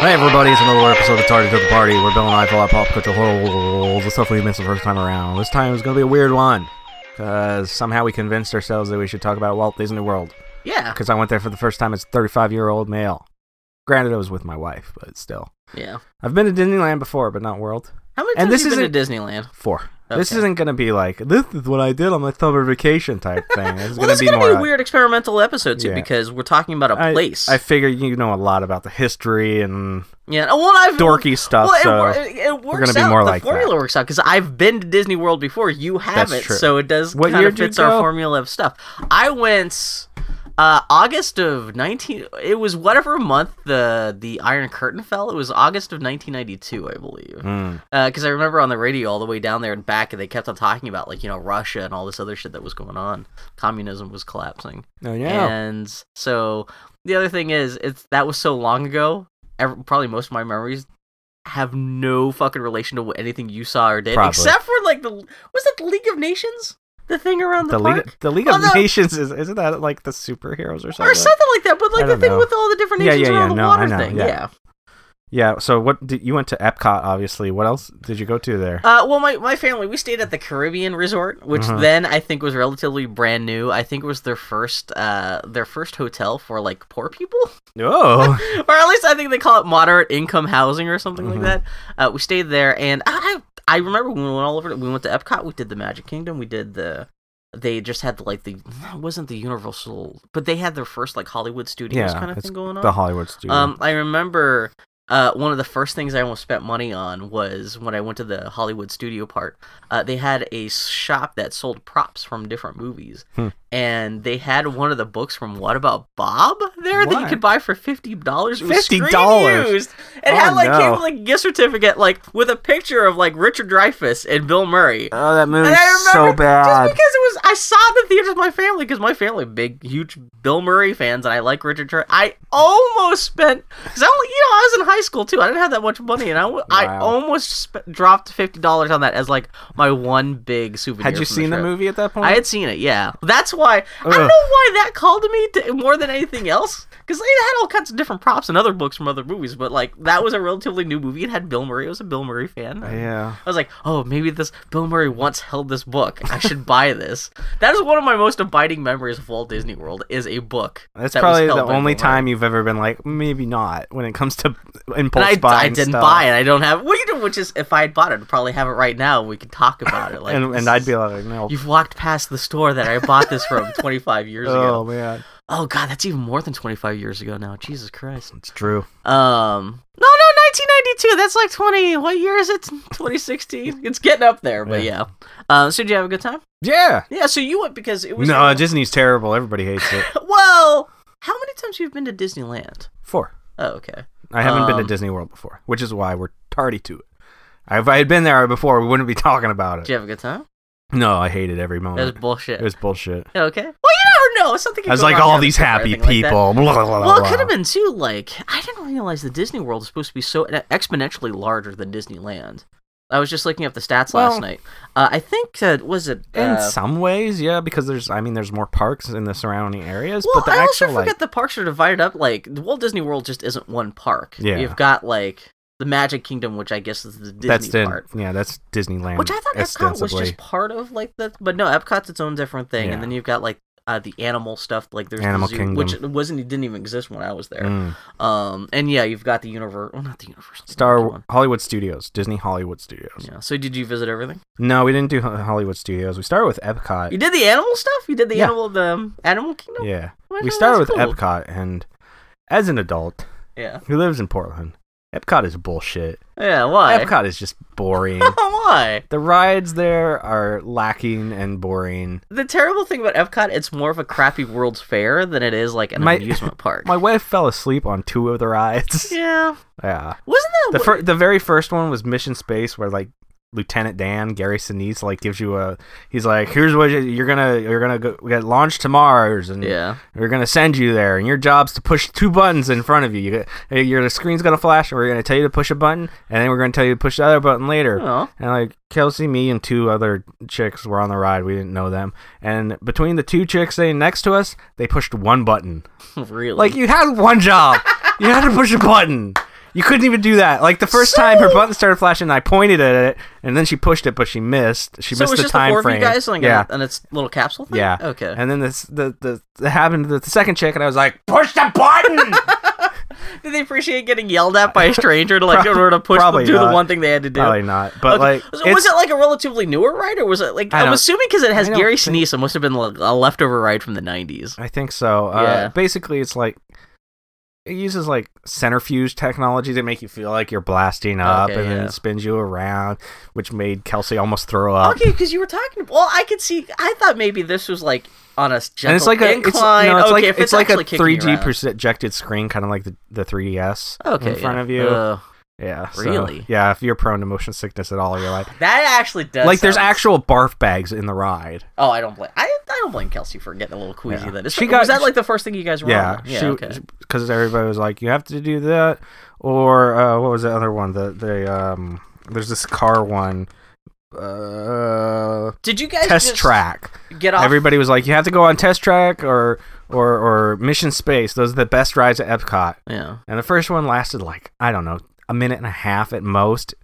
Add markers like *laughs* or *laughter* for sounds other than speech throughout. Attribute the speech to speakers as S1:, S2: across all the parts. S1: Hey everybody, it's another episode of Tardy to the Party where Bill and I fill out pop culture holes, the stuff we missed the first time around. This time is going to be a weird one because somehow we convinced ourselves that we should talk about Walt Disney World
S2: Yeah.
S1: because I went there for the first time as a 35 year old male. Granted, I was with my wife, but still.
S2: Yeah.
S1: I've been to Disneyland before, but not World.
S2: How many times
S1: And
S2: have
S1: this
S2: you been
S1: isn't-
S2: to Disneyland?
S1: Four. This
S2: Okay.
S1: isn't going to be like, this is what I did on my summer vacation type thing. It's going
S2: Well, this
S1: to
S2: is
S1: be
S2: gonna
S1: more.
S2: be a
S1: like-
S2: weird experimental episode too,
S1: Yeah.
S2: because we're talking about a
S1: I,
S2: place.
S1: I figure you know a lot about the history and mm.
S2: yeah. Well, I've
S1: dorky stuff.
S2: Well, it,
S1: so.
S2: wor- it, it
S1: gonna
S2: works
S1: be
S2: out.
S1: more
S2: the
S1: like that.
S2: formula works out because I've been to Disney World before. You haven't,
S1: true.
S2: so it does
S1: What
S2: kind
S1: year
S2: of
S1: did you
S2: fits our
S1: go?
S2: formula of stuff. I went uh, August of nineteen. It was whatever month the the Iron Curtain fell. It was August of nineteen ninety two, I believe.
S1: Mm.
S2: Because Uh, I remember on the radio all the way down there and back, and they kept on talking about like you know Russia and all this other shit that was going on. Communism was collapsing.
S1: Oh, yeah.
S2: And so the other thing is, it's that was so long ago. ev probably most of my memories have no fucking relation to wh- anything you saw or did,
S1: Probably.
S2: except for like the was it the League of Nations, the thing around the,
S1: the
S2: park.
S1: League, the League
S2: Oh,
S1: of
S2: no.
S1: Nations is isn't that like the superheroes or something?
S2: or something like that,
S1: I
S2: but like the
S1: don't
S2: thing
S1: know.
S2: with all the different
S1: Yeah,
S2: nations
S1: yeah,
S2: around
S1: yeah,
S2: the
S1: no, I
S2: water
S1: know,
S2: thing.
S1: yeah.
S2: Yeah.
S1: Yeah. So what did you went to Epcot? Obviously. What else did you go to there?
S2: *laughs* Uh, well, my, my family we stayed at the Caribbean Resort, which
S1: Mhm.
S2: then I think was relatively brand new. I think it was their first uh their first hotel for like poor people. *laughs*
S1: oh,
S2: or at least I think they call it moderate income housing or something
S1: Mhm.
S2: like that. Uh, we stayed there, and I I remember when we went all over. We went to Epcot. We did the Magic Kingdom. We did the. They just had like the it wasn't the Universal, but they had their first like Hollywood Studios
S1: Yeah,
S2: kind of
S1: it's
S2: thing going
S1: *laughs*
S2: on.
S1: the Hollywood Studio.
S2: Um, I remember uh, one of the first things I almost spent money on was when I went to the Hollywood studio part. Uh, they had a shop that sold props from different movies,
S1: Hmm.
S2: and they had one of the books from What About Bob there that you
S1: What?
S2: could buy for fifty
S1: $50?
S2: dollars. It
S1: Oh,
S2: had like came
S1: no.
S2: with like a gift certificate, like with a picture of like Richard Dreyfuss and Bill Murray.
S1: oh, that movie's
S2: And I
S1: so
S2: remember
S1: bad.
S2: Just because it was, I saw it in the theaters with my family because my family big, huge Bill Murray fans, and I like Richard. Tur- I almost spent because I only, you know, I was in high school too. I didn't have that much money, and I, wa- I
S1: Wow.
S2: almost sp- dropped fifty dollars on that as like my one big souvenir.
S1: Had you
S2: from
S1: seen the
S2: trip.
S1: movie at that point?
S2: I had seen it, yeah. That's why I don't know
S1: Ugh.
S2: why that called to me to, more than anything else because they had all kinds of different props and other books from other movies, but like that was a relatively new movie. It had Bill Murray. I was a Bill Murray fan.
S1: yeah.
S2: I was like, oh, maybe this Bill Murray once held this book. I should buy this. *laughs* That is one of my most abiding memories of Walt Disney World is a book.
S1: That's
S2: that was
S1: probably
S2: held
S1: the
S2: by
S1: only
S2: Bill Murray.
S1: time you've ever been like, maybe not when it comes to *laughs*
S2: And
S1: impulse
S2: I, I
S1: buying.
S2: didn't
S1: stuff.
S2: buy it. I don't have. What you do? Which is, if I had bought it, I'd probably have it right now. and We could talk about
S1: *laughs*
S2: it. Like,
S1: and
S2: this
S1: and I'd
S2: is-
S1: be like, no.
S2: You've walked past the store that I bought this from
S1: *laughs*
S2: 25 years
S1: Oh
S2: ago.
S1: man,
S2: Oh god, that's even more than 25 years ago now. Jesus Christ.
S1: it's true.
S2: Um, no, no, 1992. That's like 20. What year is it? *laughs* 2016. It's getting up there, but yeah. Uh, so did you have a good time?
S1: Yeah.
S2: Yeah, so you went because it was
S1: No, Disney's terrible. Everybody hates it.
S2: *laughs* well. How many times you've been to Disneyland?
S1: Four.
S2: Oh, okay.
S1: I haven't been
S2: Um,
S1: to Disney World before, which is why we're tardy to it. If I had been there before, we wouldn't be *laughs* talking about it.
S2: Did you have a good time?
S1: No, I hated every
S2: That was
S1: moment.
S2: bullshit.
S1: It was bullshit.
S2: okay. Well, you never know. Something. could
S1: I was
S2: go
S1: like,
S2: wrong
S1: all
S2: with
S1: these
S2: it or
S1: happy
S2: anything like that.
S1: people. blah, blah, blah,
S2: well, it
S1: blah.
S2: could have been too. Like, I didn't realize the Disney World is supposed to be so e-, exponentially larger than Disneyland. I was just looking up the stats
S1: Well-
S2: last night. Uh, I think that was it.
S1: In
S2: uh,
S1: some ways, yeah, because there's, I mean, there's more parks in the surrounding areas,
S2: well,
S1: but the
S2: I
S1: actual,
S2: also
S1: like,
S2: forget the parks are divided up. Like, the Walt Disney World just isn't one park.
S1: Yeah.
S2: You've got like the Magic Kingdom, which I guess is the Disney
S1: that's the,
S2: part.
S1: yeah, that's Disneyland.
S2: Which I thought Epcot was
S1: ostensibly.
S2: just part of like the, but no, Epcot's its own different thing,
S1: Yeah.
S2: and then you've got like uh, the animal stuff, like there's the
S1: Animal
S2: zoo,
S1: Kingdom.
S2: which it wasn't it didn't even exist when I was there.
S1: Mm.
S2: Um, and yeah, you've got the universe, well, not the universal Come
S1: Star
S2: on.
S1: Hollywood Studios, Disney Hollywood Studios.
S2: Yeah. So did you visit everything?
S1: No, we didn't do Ho- Hollywood Studios. We started with
S2: You
S1: Epcot.
S2: did the animal stuff. You did the
S1: Yeah.
S2: animal, the um, animal kingdom.
S1: Yeah,
S2: Well,
S1: we
S2: no,
S1: started with
S2: Oh, that's cool.
S1: Epcot, and as an adult
S2: Yeah.
S1: who lives in Portland, Epcot is bullshit.
S2: Yeah. Why?
S1: Epcot is just
S2: *laughs*
S1: boring.
S2: why?
S1: the rides there are lacking and boring.
S2: The terrible thing about Epcot, it's more of a crappy World's Fair than it is like an
S1: My- *laughs*
S2: amusement park.
S1: My wife fell asleep on two of the rides.
S2: *laughs* yeah.
S1: yeah.
S2: Wasn't
S1: The
S2: that what-
S1: fir- the very first one was Mission Space, where like Lieutenant Dan Gary Sinise like gives you a he's like here's what you- you're gonna you're gonna go, get launched to Mars and
S2: Yeah. *laughs*
S1: we're gonna send you there and your job's to push two buttons in front of you. you get, your screen's gonna flash and we're gonna tell you to push a button and then we're gonna tell you to push the other button later.
S2: Oh.
S1: And like Kelsey, me, and two other chicks were on the ride. We didn't know them. And between the two chicks sitting next to us, they pushed one button.
S2: Really?
S1: Like you had one job. you had to push a button. You couldn't even do that. Like the first time her button started flashing, I pointed at it, and then she pushed it, but she missed. She
S2: so
S1: missed
S2: it's
S1: the
S2: just
S1: time
S2: the four
S1: frame.
S2: of you guys, like, uh,
S1: yeah,
S2: and, and it's little capsule thing.
S1: yeah.
S2: Okay.
S1: And then this the the, the happened to the second chick, and I was like, push the
S2: *laughs*
S1: button.
S2: Did they appreciate getting yelled at by a
S1: *laughs*
S2: stranger to like in order to push
S1: Probably
S2: them do
S1: not.
S2: the one thing they had to do?
S1: Probably not. But
S2: Okay.
S1: like,
S2: So
S1: it's,
S2: was it like a relatively newer ride, or was it like
S1: I
S2: I'm
S1: don't-
S2: assuming because it has
S1: I don't
S2: Gary
S1: think-
S2: Sinise, it must have been like a leftover ride from the '90s.
S1: I think so.
S2: Yeah.
S1: Uh, basically, it's like it uses like centrifuge technology to make you feel like you're blasting up,
S2: Okay,
S1: and then
S2: yeah.
S1: it spins you around, which made Kelsey almost throw up.
S2: Okay, because you were talking. Well, I could see. I thought maybe this was like on a gentle
S1: And it's like a it's,
S2: incline.
S1: no, it's
S2: okay,
S1: like
S2: if
S1: it's,
S2: it's,
S1: like a
S2: actually kicking you
S1: 3G
S2: around.
S1: projected screen, kind of like the, the 3DS
S2: okay,
S1: in front
S2: yeah.
S1: of you.
S2: Ugh.
S1: yeah, so-
S2: really?
S1: yeah. If you're prone to motion sickness at all, you're like,
S2: that actually does.
S1: like there's
S2: sound-
S1: actual barf bags in the ride.
S2: Oh, I don't blame. I, I don't blame Kelsey for getting a little queasy.
S1: Yeah.
S2: Then
S1: She
S2: she
S1: got-
S2: was that like the first thing you guys were
S1: Yeah,
S2: on?
S1: she
S2: okay.
S1: because everybody was like, you have to do that, or uh, what was the other one? The the um, there's this car one, uh,
S2: Did you guys
S1: test
S2: just
S1: track.
S2: Get off.
S1: Everybody was like, you have to go on test track or or or mission space. Those are the best rides at Epcot.
S2: yeah.
S1: And the first one lasted like I don't know a minute and a half at most.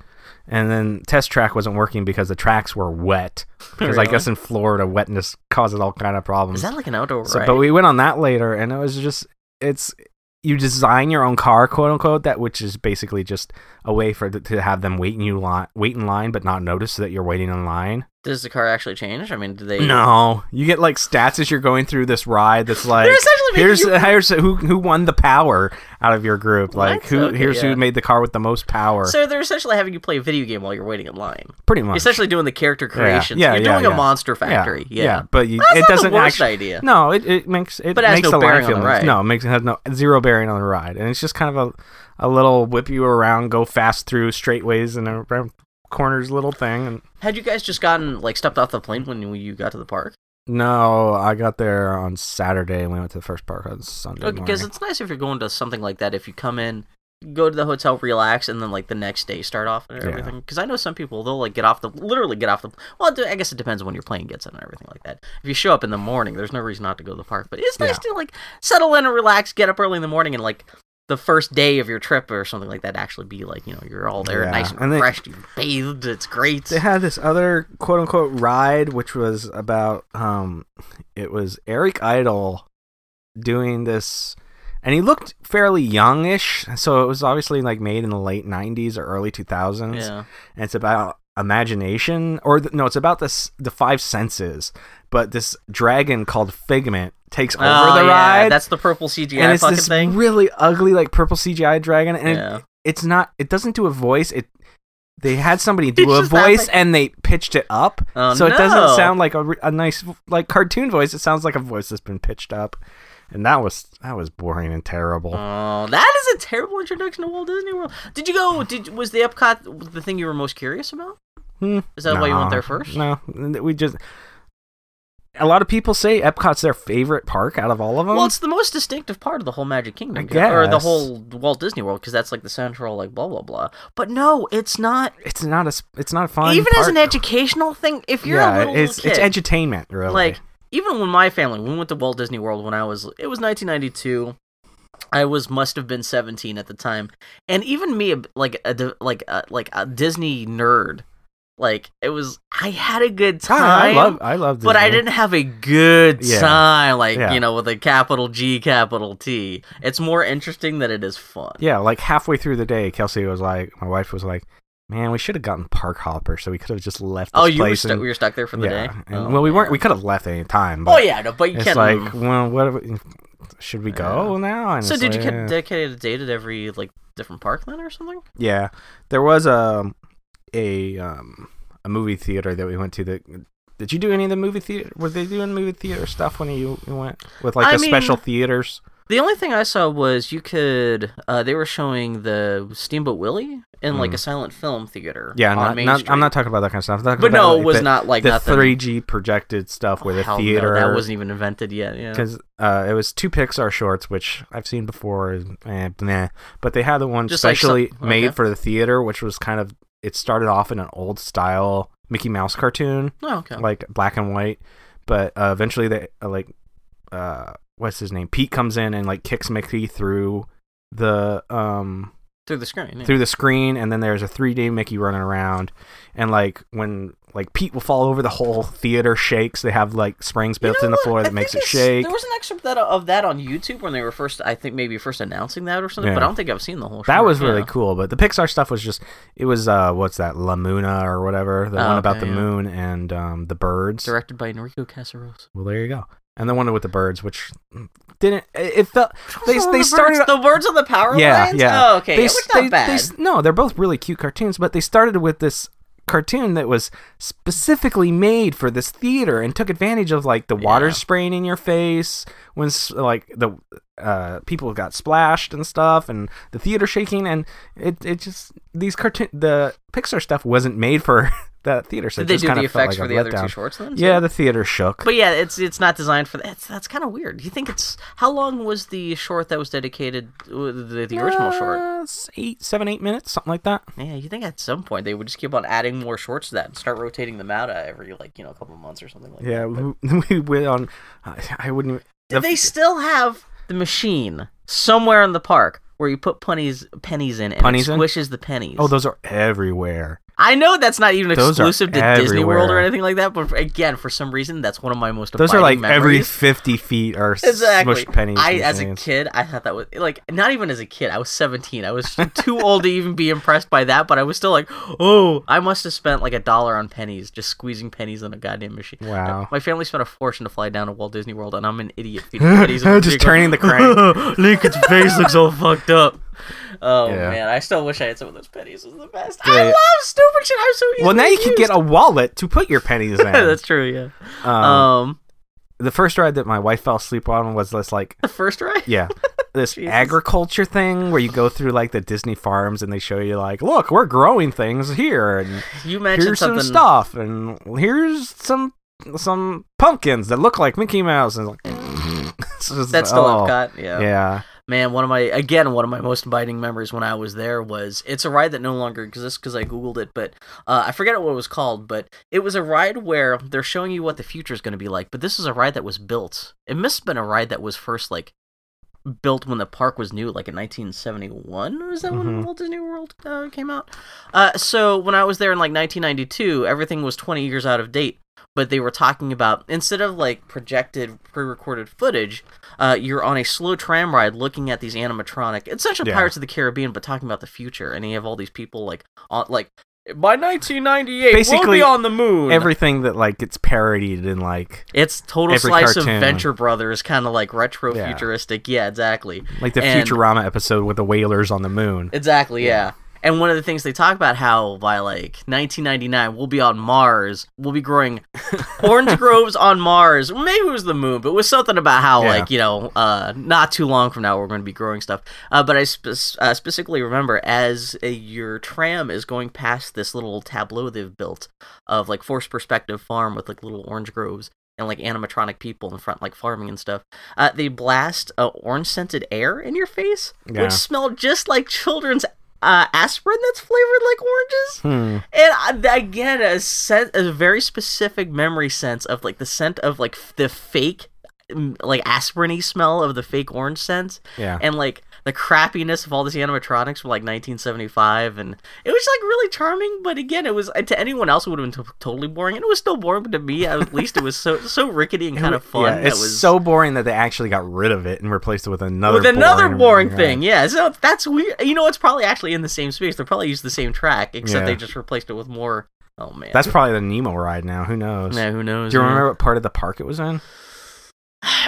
S1: And then test track wasn't working because the tracks were
S2: *laughs*
S1: wet. Because I
S2: Really?
S1: guess in Florida, wetness causes all kind of problems.
S2: Is that like an outdoor
S1: Um, So,
S2: ride?
S1: but we went on that later, and it was just it's you design your own car, quote unquote, that which is basically just a way for th- to have them wait in you line, wait in line, but not notice that you're waiting in line.
S2: Does the car actually change? I mean, do they?
S1: No, you get like stats as you're going through this ride. That's like
S2: They're essentially making
S1: here's
S2: you-
S1: here's who who won the power out of your group. Like
S2: What?
S1: who
S2: Okay,
S1: here's who
S2: yeah.
S1: made the car with the most power.
S2: So they're essentially having you play a video game while you're waiting in line.
S1: Pretty much.
S2: Essentially doing the character creations.
S1: Yeah,
S2: You're
S1: yeah,
S2: doing
S1: yeah.
S2: a monster
S1: Yeah,
S2: factory. Yeah.
S1: but you,
S2: That's
S1: it
S2: not the
S1: doesn't
S2: worst
S1: actually.
S2: idea.
S1: No, it, it makes it
S2: But it has
S1: makes
S2: no
S1: the line
S2: bearing on
S1: feel
S2: the
S1: nice.
S2: ride.
S1: No, it makes it has no zero bearing on the ride, and it's just kind of a a little whip you around, go fast through straightways and around corners, little thing. And
S2: Had you guys just gotten like stepped off the plane when you- you got to the park?
S1: no, I got there on Saturday and we went to the first park on Sunday
S2: Okay, Oh, because
S1: morning.
S2: it's nice if you're going to something like that. If you come in, go to the hotel, relax, and then like the next day start off and
S1: Yeah.
S2: everything. Because I know some people they'll like get off the literally get off the. Well, I guess it depends when your plane gets in and everything like that. If you show up in the morning, there's no reason not to go to the park. But it's nice to like settle in and relax, get up early in the morning, and like the first day of your trip or something like that actually be like you know you're all there
S1: Yeah,
S2: nice and,
S1: and they-
S2: refreshed, you bathed, it's great.
S1: *laughs* They had this other quote unquote ride, which was about um, it was Eric Idle doing this, and he looked fairly youngish, so it was obviously like made in the late '90s or early 2000s.
S2: yeah,
S1: and it's about imagination or th- no it's about this the five senses but this dragon called figment takes over
S2: Oh,
S1: the
S2: yeah,
S1: ride
S2: That's the purple CGI
S1: and it's
S2: fucking
S1: this
S2: thing.
S1: really ugly like purple cgi dragon and
S2: Yeah.
S1: it, it's not it doesn't do a voice it they had somebody do
S2: It's
S1: a
S2: just that,
S1: voice
S2: like-
S1: and they pitched it up
S2: Oh,
S1: so it doesn't
S2: no.
S1: sound like a, re- a nice like cartoon voice it sounds like a voice that's been pitched up and that was that was boring and terrible
S2: Oh, that is a terrible introduction to Walt Disney World. Did you go? Did was the Epcot the thing you were most curious about?
S1: Hmm.
S2: Is that why you went
S1: No,
S2: there first?
S1: No, we just. A lot of people say Epcot's their favorite park out of all of them.
S2: Well, it's the most distinctive part of the whole Magic Kingdom,
S1: Um, I
S2: yeah, or the
S1: guess.
S2: whole Walt Disney World, because that's like the central, like blah blah blah. But no, it's not.
S1: it's not a s- it's not a fun.
S2: even as an
S1: park.
S2: educational thing, if you're
S1: yeah,
S2: a little
S1: it's
S2: kid,
S1: it's entertainment really.
S2: Like even when my family we went to Walt Disney World when I was it was 1992. I was must have been 17 at the time, and even me like a di- like a, like a Disney nerd, like it was I had a good
S1: Ah,
S2: time.
S1: I love I love.
S2: but I
S1: Disney.
S2: didn't have a good
S1: Yeah.
S2: time, like
S1: Yeah.
S2: you know, with a capital G, capital T. It's more interesting than it is fun.
S1: Yeah, like halfway through the day, Kelsey was like, my wife was like, "Man, we should have gotten Park Hopper, so we could have just left." This
S2: oh, you were,
S1: place
S2: stuck.
S1: and,
S2: we were stuck there for the
S1: yeah,
S2: day.
S1: and-
S2: oh,
S1: well, we weren't.
S2: man.
S1: We could have left any time.
S2: Oh
S1: But
S2: yeah, no, but you
S1: it's
S2: can't.
S1: like, well, what? If, we- should we go now? And
S2: so
S1: it's
S2: did you
S1: like,
S2: get
S1: eh.
S2: dedicated a day to every like different park then or something?
S1: Yeah, there was a a um, a movie theater that we went to. That did you do any of the movie theater? Were they doing movie theater stuff when you you went with like
S2: I
S1: the special
S2: mean-
S1: theaters?
S2: The only thing I saw was you could. Uh, they were showing the Steamboat Willie in like
S1: Mm.
S2: a silent film theater.
S1: Yeah,
S2: on
S1: not,
S2: Main
S1: not,
S2: Street.
S1: I'm not talking about that kind of stuff. I'm talking
S2: But
S1: about,
S2: no, it
S1: like,
S2: was
S1: the,
S2: not like
S1: the
S2: nothing. Oh,
S1: three G projected stuff where the
S2: Hell no,
S1: theater
S2: that wasn't even invented yet. Yeah.
S1: because uh, it was two Pixar shorts, which I've seen before. Eh, meh. But they had the one
S2: Just like some-
S1: specially made
S2: okay.
S1: for the theater, which was kind of it started off in an old style Mickey Mouse cartoon.
S2: Oh, okay.
S1: like black and white. But uh, eventually, they uh, like uh, what's his name? Pete comes in and like kicks Mickey through the um
S2: through the screen. yeah.
S1: through the screen and then there's a 3D Mickey running around and like when like Pete will fall over the whole theater shakes they have like springs
S2: You
S1: built
S2: know
S1: in the
S2: what?
S1: floor
S2: I
S1: that
S2: think
S1: makes it
S2: it's-
S1: shake
S2: There was an excerpt that, of that on YouTube when they were first, I think maybe first announcing that or something,
S1: Yeah.
S2: but I don't think I've seen the whole.
S1: that
S2: short,
S1: was really
S2: yeah.
S1: cool but the Pixar stuff was just it was uh what's that La Muna or whatever the
S2: Oh,
S1: one about
S2: okay,
S1: the
S2: yeah.
S1: moon and um the birds
S2: Directed by Enrico Casaros.
S1: well there you go and the one with the birds which didn't it, it felt They-
S2: Oh,
S1: they
S2: the
S1: started-
S2: birds, the birds on the power
S1: yeah,
S2: lines.
S1: yeah.
S2: Oh, okay,
S1: They
S2: it
S1: s-
S2: was not
S1: they-
S2: bad.
S1: they s- no, they're both really cute cartoons, but they started with this cartoon that was specifically made for this theater and took advantage of like the water
S2: Yeah.
S1: spraying in your face when s- like the uh, people got splashed and stuff and the theater shaking and it it just these cartoon the Pixar stuff wasn't made for *laughs* that theater. So
S2: Did
S1: it
S2: they
S1: just
S2: do
S1: kinda
S2: the
S1: felt like
S2: effects for
S1: a
S2: the other two
S1: letdown.
S2: shorts then? too?
S1: Yeah, the theater shook.
S2: But yeah, it's it's not designed for that. That's kind of weird. Do you think it's how long was the short that was dedicated uh, the, the original short?
S1: Uh, s- eight seven eight minutes something like that.
S2: Yeah, you think at some point they would just keep on adding more shorts to that and start rotating them out uh, every like you know couple of months or something like
S1: Yeah,
S2: that. But-
S1: we, *laughs* we went on. I, I wouldn't.
S2: Do they still have the machine somewhere in the park where you put pennies pennies in and
S1: Punnies
S2: it
S1: in?
S2: squishes the pennies?
S1: Oh, those are everywhere.
S2: I know that's not even
S1: Those are
S2: exclusive to Disney World or
S1: everywhere.
S2: anything like that, but again, for some reason, that's one of my most
S1: Those are like
S2: abiding
S1: every
S2: memories.
S1: fifty feet are
S2: exactly.
S1: smushed pennies.
S2: I,
S1: and
S2: as a
S1: things.
S2: kid, I thought that was like not even as a kid. I was seventeen. I was *laughs* too old to even be impressed by that, but I was still like, oh, I must have spent like a dollar on pennies, just squeezing pennies in a goddamn machine. Uh,
S1: Wow.
S2: My family spent a fortune to fly down to Walt Disney World, and I'm an
S1: *laughs*
S2: idiot feeding pennies. in the
S1: Just
S2: vehicle.
S1: turning the crank.
S2: *laughs* Lincoln's face looks all fucked up. Oh
S1: Yeah.
S2: man, I still wish I had some of those pennies. It was the best.
S1: Yeah.
S2: I love stupid shit. I'm so easily
S1: Well, now you can
S2: used.
S1: get a wallet to put your
S2: *laughs*
S1: pennies in.
S2: That's true.
S1: um,
S2: Yeah. Um,
S1: the first ride that my wife fell asleep on was this
S2: *laughs*
S1: like
S2: the first ride.
S1: yeah. This
S2: Jesus.
S1: agriculture thing where you go through like the Disney farms and they show you like, look, we're growing things here and
S2: You mentioned
S1: here's some
S2: something.
S1: stuff and here's some some pumpkins that look like Mickey Mouse and like *laughs* it's just-
S2: That's still
S1: oh,
S2: Epcot.
S1: Yeah.
S2: Yeah. Man, one of my again one of my most abiding memories when I was there was it's a ride that no longer exists because I googled it, but uh, I forget what it was called, but it was a ride where they're showing you what the future is going to be like. But this is a ride that was built. It must have been a ride that was first like built when the park was new, like in 1971. Was that
S1: Mhm.
S2: when Walt Disney World uh, came out? Uh, so when I was there in like 1992, everything was 20 years out of date. But they were talking about instead of like projected pre-recorded footage, uh, you're on a slow tram ride looking at these animatronic. It's such a
S1: Yeah.
S2: Pirates of the Caribbean, but talking about the future, and you have all these people like on like by 1998 we'll
S1: Basically,
S2: be on the moon.
S1: Everything that like gets parodied in like
S2: it's total
S1: every
S2: slice
S1: cartoon.
S2: of Venture Brothers, kind of like retro
S1: Yeah.
S2: futuristic. Yeah, exactly.
S1: like the
S2: And-
S1: Futurama episode with the whalers on the moon.
S2: Exactly, yeah. And one of the things they talk about how by like 1999 we'll be on Mars, we'll be *laughs* growing orange groves on Mars. Maybe it was the moon, but it was something about how
S1: Yeah.
S2: like you know, uh, not too long from now we're going to be growing stuff. Uh, but I spe- uh, specifically remember as uh your tram is going past this little tableau they've built of like forced perspective farm with like little orange groves and like animatronic people in front like farming and stuff uh, they blast uh, orange scented air in your face
S1: Yeah.
S2: which smelled just like children's uh, aspirin that's flavored like oranges
S1: Hmm.
S2: and I, again a, sen- a very specific memory sense of like the scent of like f- the fake mm, like aspirin smell of the fake orange scents
S1: Yeah.
S2: and like the crappiness of all these animatronics from like 1975 and it was like really charming but again it was to anyone else it would have been t- totally boring and it was still boring but to me at *laughs* least it was so so rickety and kind of fun
S1: Yeah,
S2: that
S1: it's
S2: was
S1: so boring that they actually got rid of it and replaced it with another
S2: with another boring
S1: yeah.
S2: thing yeah so that's weird you know it's probably actually in the same space they probably used the same track except
S1: Yeah.
S2: they just replaced it with more oh man
S1: That's probably the Nemo ride now. Who knows?
S2: yeah who knows
S1: Do you
S2: man.
S1: remember what part of the park it was in?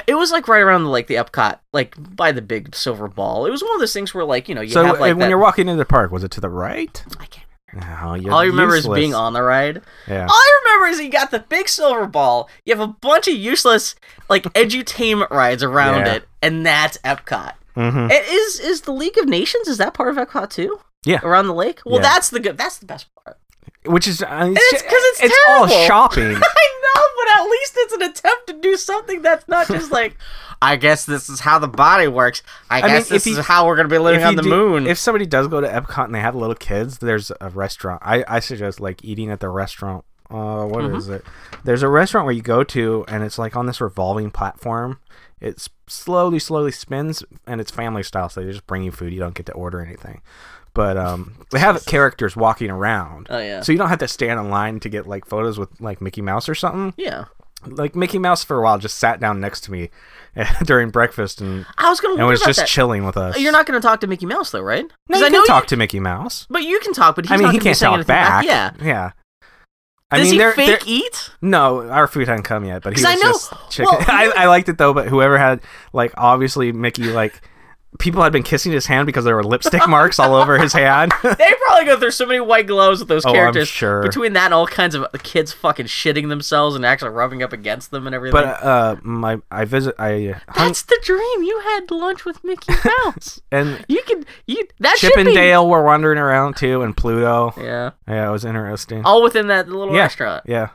S2: it was like right around the, like the epcot like by the big silver ball it was one of those things where like you know you
S1: so
S2: have like
S1: uh, when
S2: that-
S1: you're walking into the park, was it to the right?
S2: I can't
S1: No, you're
S2: all you remember
S1: useless.
S2: is being on the ride
S1: Yeah.
S2: All I remember is you got the big silver ball. You have a bunch of useless
S1: *laughs*
S2: like edutainment rides around
S1: Yeah.
S2: it, and that's Epcot.
S1: hmm
S2: It is is the League of Nations? Is that part of Epcot too?
S1: Yeah.
S2: around the lake. Well,
S1: Yeah.
S2: that's the good. That's the best part.
S1: Which is I mean,
S2: It's
S1: ju-
S2: 'cause it's
S1: all
S2: terrible.
S1: shopping.
S2: *laughs* I know, but at least it's an attempt to do something that's not
S1: *laughs*
S2: just like. I guess this is how the body works. I,
S1: mean,
S2: guess this
S1: if you-
S2: is how we're gonna be living
S1: If
S2: on
S1: you
S2: the
S1: do-
S2: moon.
S1: If somebody does go to Epcot and they have little kids, there's a restaurant. I, I suggest like eating at the restaurant. Uh, what is
S2: Mhm.
S1: it? There's a restaurant where you go to and it's like on this revolving platform, It s- slowly, slowly spins, and it's family style, so they just bring you food. You don't get to order anything. But um, they have characters walking around,
S2: Oh yeah.
S1: so you don't have to stand in line to get like photos with like Mickey Mouse or something.
S2: yeah.
S1: Like Mickey Mouse for a while just sat down next to me *laughs* during breakfast and,
S2: I was gonna
S1: and
S2: wonder
S1: was
S2: about
S1: just
S2: that.
S1: chilling with us.
S2: You're not gonna talk to Mickey Mouse though, right?
S1: No,
S2: 'Cause
S1: you
S2: I know
S1: can talk to Mickey Mouse.
S2: But you can talk, but he's
S1: I mean,
S2: not
S1: he
S2: gonna be
S1: can't
S2: saying
S1: talk
S2: anything back.
S1: back.
S2: Yeah.
S1: yeah. I
S2: Does
S1: mean,
S2: he
S1: they're,
S2: fake
S1: they're-
S2: eat?
S1: No, our food hadn't come yet, but he
S2: 'Cause I
S1: was
S2: know-
S1: just chicken.
S2: well,
S1: *laughs* I, I liked it though, but whoever had like obviously Mickey like people had been kissing his hand because there were lipstick marks all over his hand. *laughs*
S2: They probably go through so many white gloves with those
S1: Oh, I'm
S2: characters.
S1: sure.
S2: Between that and all kinds of kids fucking shitting themselves and actually rubbing up against them and everything.
S1: but uh, my I visit I hung,
S2: That's the dream. You had lunch
S1: *laughs*
S2: with Mickey Mouse.
S1: and
S2: you can you that
S1: Chip
S2: should
S1: and
S2: be
S1: Dale were wandering around too, and Pluto.
S2: Yeah.
S1: Yeah, it was interesting.
S2: All within that little
S1: Yeah.
S2: restaurant.
S1: Yeah.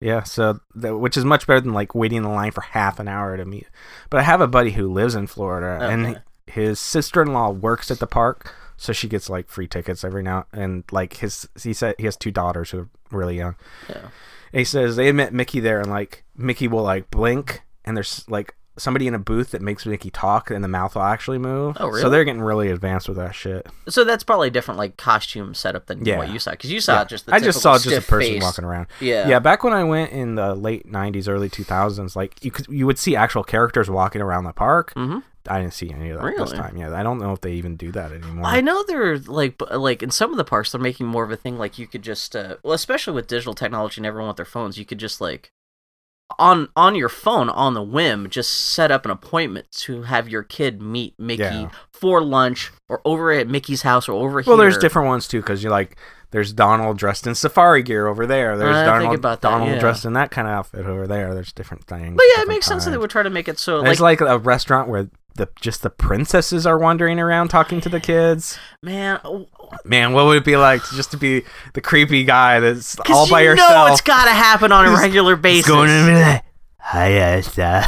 S1: Yeah, so that, which is much better than like waiting in the line for half an hour to meet. But I have a buddy who lives in Florida
S2: Oh, Okay.
S1: and his sister-in-law works at the park, so she gets like free tickets every now and like his he said he has two daughters who are really young.
S2: Yeah.
S1: And he says they met Mickey there and like Mickey will like blink and there's like somebody in a booth that makes Mickey talk and the mouth will actually move. So
S2: Oh, really?
S1: they're getting really advanced with that shit.
S2: So that's probably a different like costume setup than
S1: Yeah.
S2: what you saw because you saw
S1: Yeah.
S2: just the
S1: I just saw
S2: typical
S1: just a
S2: stiff
S1: person
S2: face.
S1: walking around.
S2: Yeah.
S1: Yeah, back when I went in the late '90s, early 2000s, like you could you would see actual characters walking around the park.
S2: Mhm.
S1: I didn't see any of that this
S2: Really?
S1: time. Yeah, I don't know if they even do that anymore.
S2: I know they're like b- like in some of the parks they're making more of a thing like you could just uh, well especially with digital technology and everyone with their phones you could just like on on your phone on the whim just set up an appointment to have your kid meet Mickey
S1: Yeah.
S2: for lunch or over at Mickey's house or over here.
S1: well, there's different ones too because you're like there's Donald dressed in safari gear over there. There's
S2: I didn't think
S1: Donald
S2: about that,
S1: Donald
S2: yeah.
S1: dressed in that kind of outfit over there. There's different things.
S2: But yeah, it
S1: different
S2: makes sense that they
S1: times.
S2: would try to make it so like,
S1: There's like a restaurant where the just the princesses are wandering around talking to the kids.
S2: man, oh,
S1: Man, what would it be like to just to be the creepy guy that's
S2: *laughs* 'cause
S1: all by
S2: you
S1: yourself?
S2: know it's got to happen on a
S1: It's-
S2: regular basis.
S1: Hi,
S2: uh."
S1: Esther.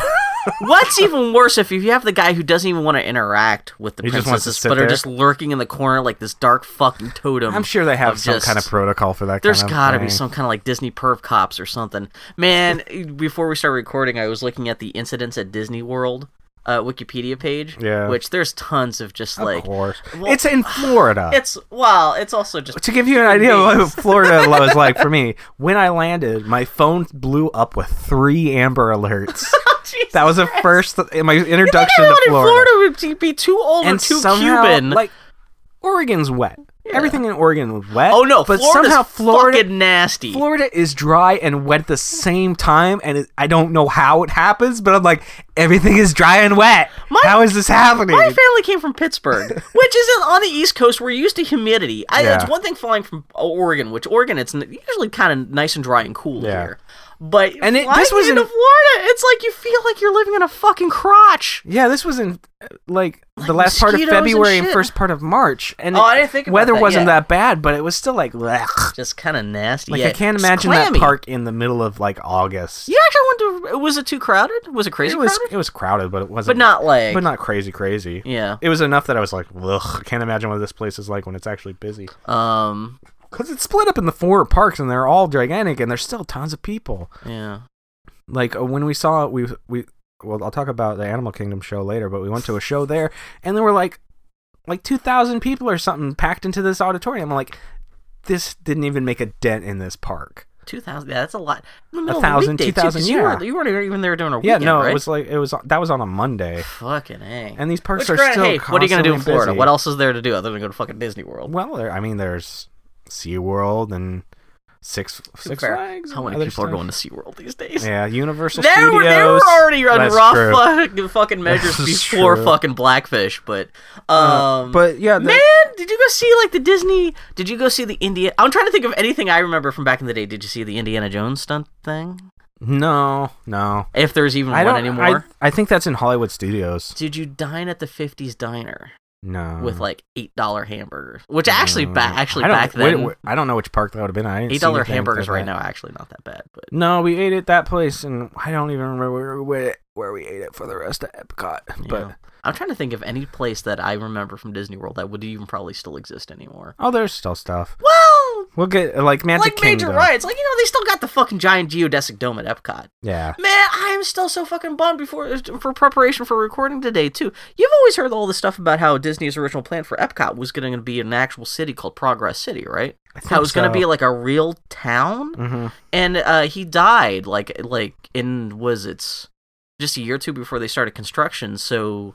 S2: What's even worse if you have the guy who doesn't even want to interact with the
S1: He just wants to
S2: princesses,
S1: sit
S2: but are
S1: there?
S2: just lurking in the corner like this dark fucking totem.
S1: *laughs* I'm sure they have
S2: of
S1: some
S2: just-
S1: kind of protocol for that.
S2: There's
S1: kind of
S2: gotta be
S1: thing.
S2: some kind of like Disney perv cops or something. Man, before we start recording, I was looking at the incidents at Disney World uh, Wikipedia page.
S1: Yeah.
S2: Which there's tons of just
S1: Of
S2: like
S1: course,
S2: Well-
S1: it's in Florida.
S2: it's well, it's also just
S1: to give you an idea of what Florida
S2: *laughs*
S1: was like for me, when I landed, my phone blew up with three Amber
S2: *laughs*
S1: Alerts.
S2: Jesus.
S1: that was the first my
S2: Like
S1: introduction
S2: everyone
S1: to
S2: in
S1: Florida.
S2: Florida would be too old or
S1: and
S2: too
S1: somehow,
S2: Cuban.
S1: like Oregon's wet. Everything in Oregon was wet.
S2: oh no,
S1: but
S2: Florida's
S1: somehow Florida
S2: fucking nasty.
S1: Florida is dry and wet at the same time, and it, I don't know how it happens, but I'm like, everything is dry and wet.
S2: My-
S1: how is this happening?
S2: My family came
S1: *laughs*
S2: from Pittsburgh, which is on the East Coast. We're used to humidity. I, It's
S1: Yeah.
S2: one thing flying from Oregon, which Oregon it's n- usually kind of nice and dry and cool
S1: Yeah.
S2: here. But
S1: And it-
S2: flying
S1: this was
S2: into
S1: in-
S2: Florida, it's like you feel like you're living in a fucking crotch.
S1: yeah, this was in uh, like the last part of
S2: mosquitoes and
S1: February and,
S2: shit.
S1: first part of March, and
S2: Oh,
S1: it-
S2: I didn't think about
S1: weather
S2: that
S1: wasn't
S2: yet.
S1: that bad, but it was still like, blech.
S2: Just kind of nasty.
S1: like
S2: yeah,
S1: I can't
S2: it's
S1: imagine that
S2: clammy.
S1: park in the middle of like August.
S2: You actually went to? Was it too crowded? Was it crazy
S1: it was
S2: crowded?
S1: it was crowded, but it wasn't,
S2: But not like.
S1: but not crazy, crazy.
S2: Yeah.
S1: It was enough that I was like, ugh, can't imagine what this place is like when it's actually busy.
S2: Um.
S1: Because it's split up into four parks and they're all gigantic and there's still tons of people.
S2: Yeah.
S1: like uh, when we saw we we well I'll talk about the Animal Kingdom show later, but we went to a show there and there were like like 2000 people or something packed into this auditorium. I'm like this didn't even make a dent in this park.
S2: Two thousand. Yeah, that's a lot. In the middle of
S1: 1,000,
S2: weekday, too,
S1: 2,000,
S2: 'cause you
S1: yeah.
S2: weren't- You weren't even there during a
S1: Yeah,
S2: weekend.
S1: no,
S2: right?
S1: it was like it was that was on a Monday.
S2: Fucking a.
S1: And these parks
S2: Which,
S1: are
S2: granted,
S1: still
S2: hey, what are you gonna do in
S1: constantly
S2: Florida?
S1: busy.
S2: What else is there to do other than go to fucking Disney World?
S1: Well, there, I mean there's SeaWorld and Six
S2: To be
S1: Six
S2: fair,
S1: Flags.
S2: How
S1: and
S2: many
S1: other
S2: people are
S1: stuff.
S2: going to SeaWorld these days?
S1: Yeah, Universal
S2: They were,
S1: Studios.
S2: they were already on
S1: That's true.
S2: rough fucking, fucking measures
S1: That's *laughs*
S2: before
S1: true.
S2: fucking Blackfish, but
S1: Uh,
S2: um,
S1: but yeah, the-
S2: man, did you go see like the Disney? Did you go see the Indian? I'm trying to think of anything I remember from back in the day. Did you see the Indiana Jones stunt thing?
S1: no, no.
S2: If there's even
S1: I
S2: one
S1: don't
S2: anymore.
S1: I, I think that's in Hollywood Studios.
S2: Did you dine at the '50s diner
S1: No.
S2: with like eight dollar hamburgers? Which actually,
S1: Mm.
S2: back actually
S1: I don't-
S2: back
S1: wait,
S2: then,
S1: wait, I don't know which park that would have been. I didn't see
S2: eight dollar
S1: anything
S2: hamburgers
S1: like
S2: right
S1: that.
S2: now are actually not that bad, but
S1: No, we ate at that place, and I don't even remember where we where we ate it for the rest of Epcot. But
S2: Yeah. I'm trying to think of any place that I remember from Disney World that would even probably still exist anymore.
S1: oh, there's still stuff.
S2: Well,
S1: We'll get like Magic
S2: like major
S1: Kingdom.
S2: riots. Like you know, they still got the fucking giant geodesic dome at Epcot.
S1: Yeah.
S2: Man, I am still so fucking bummed before for preparation for recording today too. You've always heard all this stuff about how Disney's original plan for Epcot was going to be an actual city called Progress City, right?
S1: I
S2: How it was going to be
S1: so.
S2: like a real town,
S1: Mhm.
S2: and uh, he died like like in was it's just a year or two before they started construction. So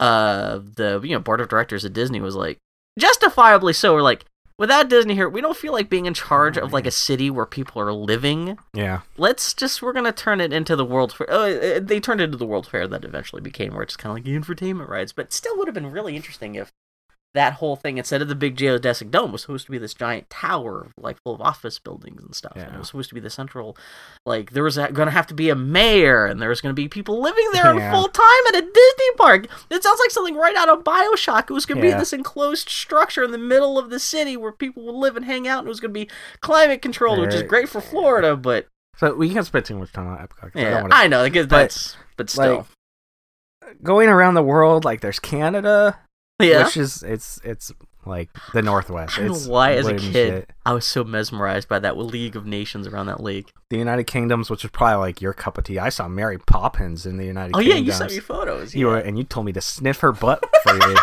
S2: uh, the you know board of directors at Disney was like justifiably so. We're like without Disney here, we don't feel like being in charge of like a city where people are living
S1: Yeah.
S2: let's just we're gonna turn it into the world fair. Oh, uh, they turned it into the world fair that eventually became where it's kind of like entertainment rides, but still would have been really interesting if that whole thing instead of the big geodesic dome was supposed to be this giant tower like full of office buildings and stuff. And
S1: Yeah.
S2: it was supposed to be the central like there was a- gonna have to be a mayor and there was gonna be people living
S1: *laughs*
S2: there
S1: Yeah.
S2: in full time at a Disney park. It sounds like something right out of Bioshock. It was gonna be
S1: Yeah.
S2: this enclosed structure in the middle of the city where people would live and hang out and it was gonna be climate controlled, which is
S1: Right.
S2: great for Florida, but
S1: So we can spend too much time on Epcot. 'cause I
S2: yeah,
S1: don't wanna-
S2: I know. Because
S1: but,
S2: that's but still,
S1: like, going around the world, like there's Canada,
S2: *laughs* yeah.
S1: which is it's it's like the Northwest.
S2: I don't know
S1: It's
S2: why as a
S1: wood and
S2: kid-
S1: shit.
S2: I was so mesmerized by that League of Nations around that lake.
S1: the United Kingdoms, which is probably like your cup of tea. I saw Mary Poppins in the United
S2: Oh yeah,
S1: Kingdoms.
S2: you sent me photos.
S1: You
S2: yeah.
S1: were, and you told me to sniff her butt for
S2: *laughs*
S1: you.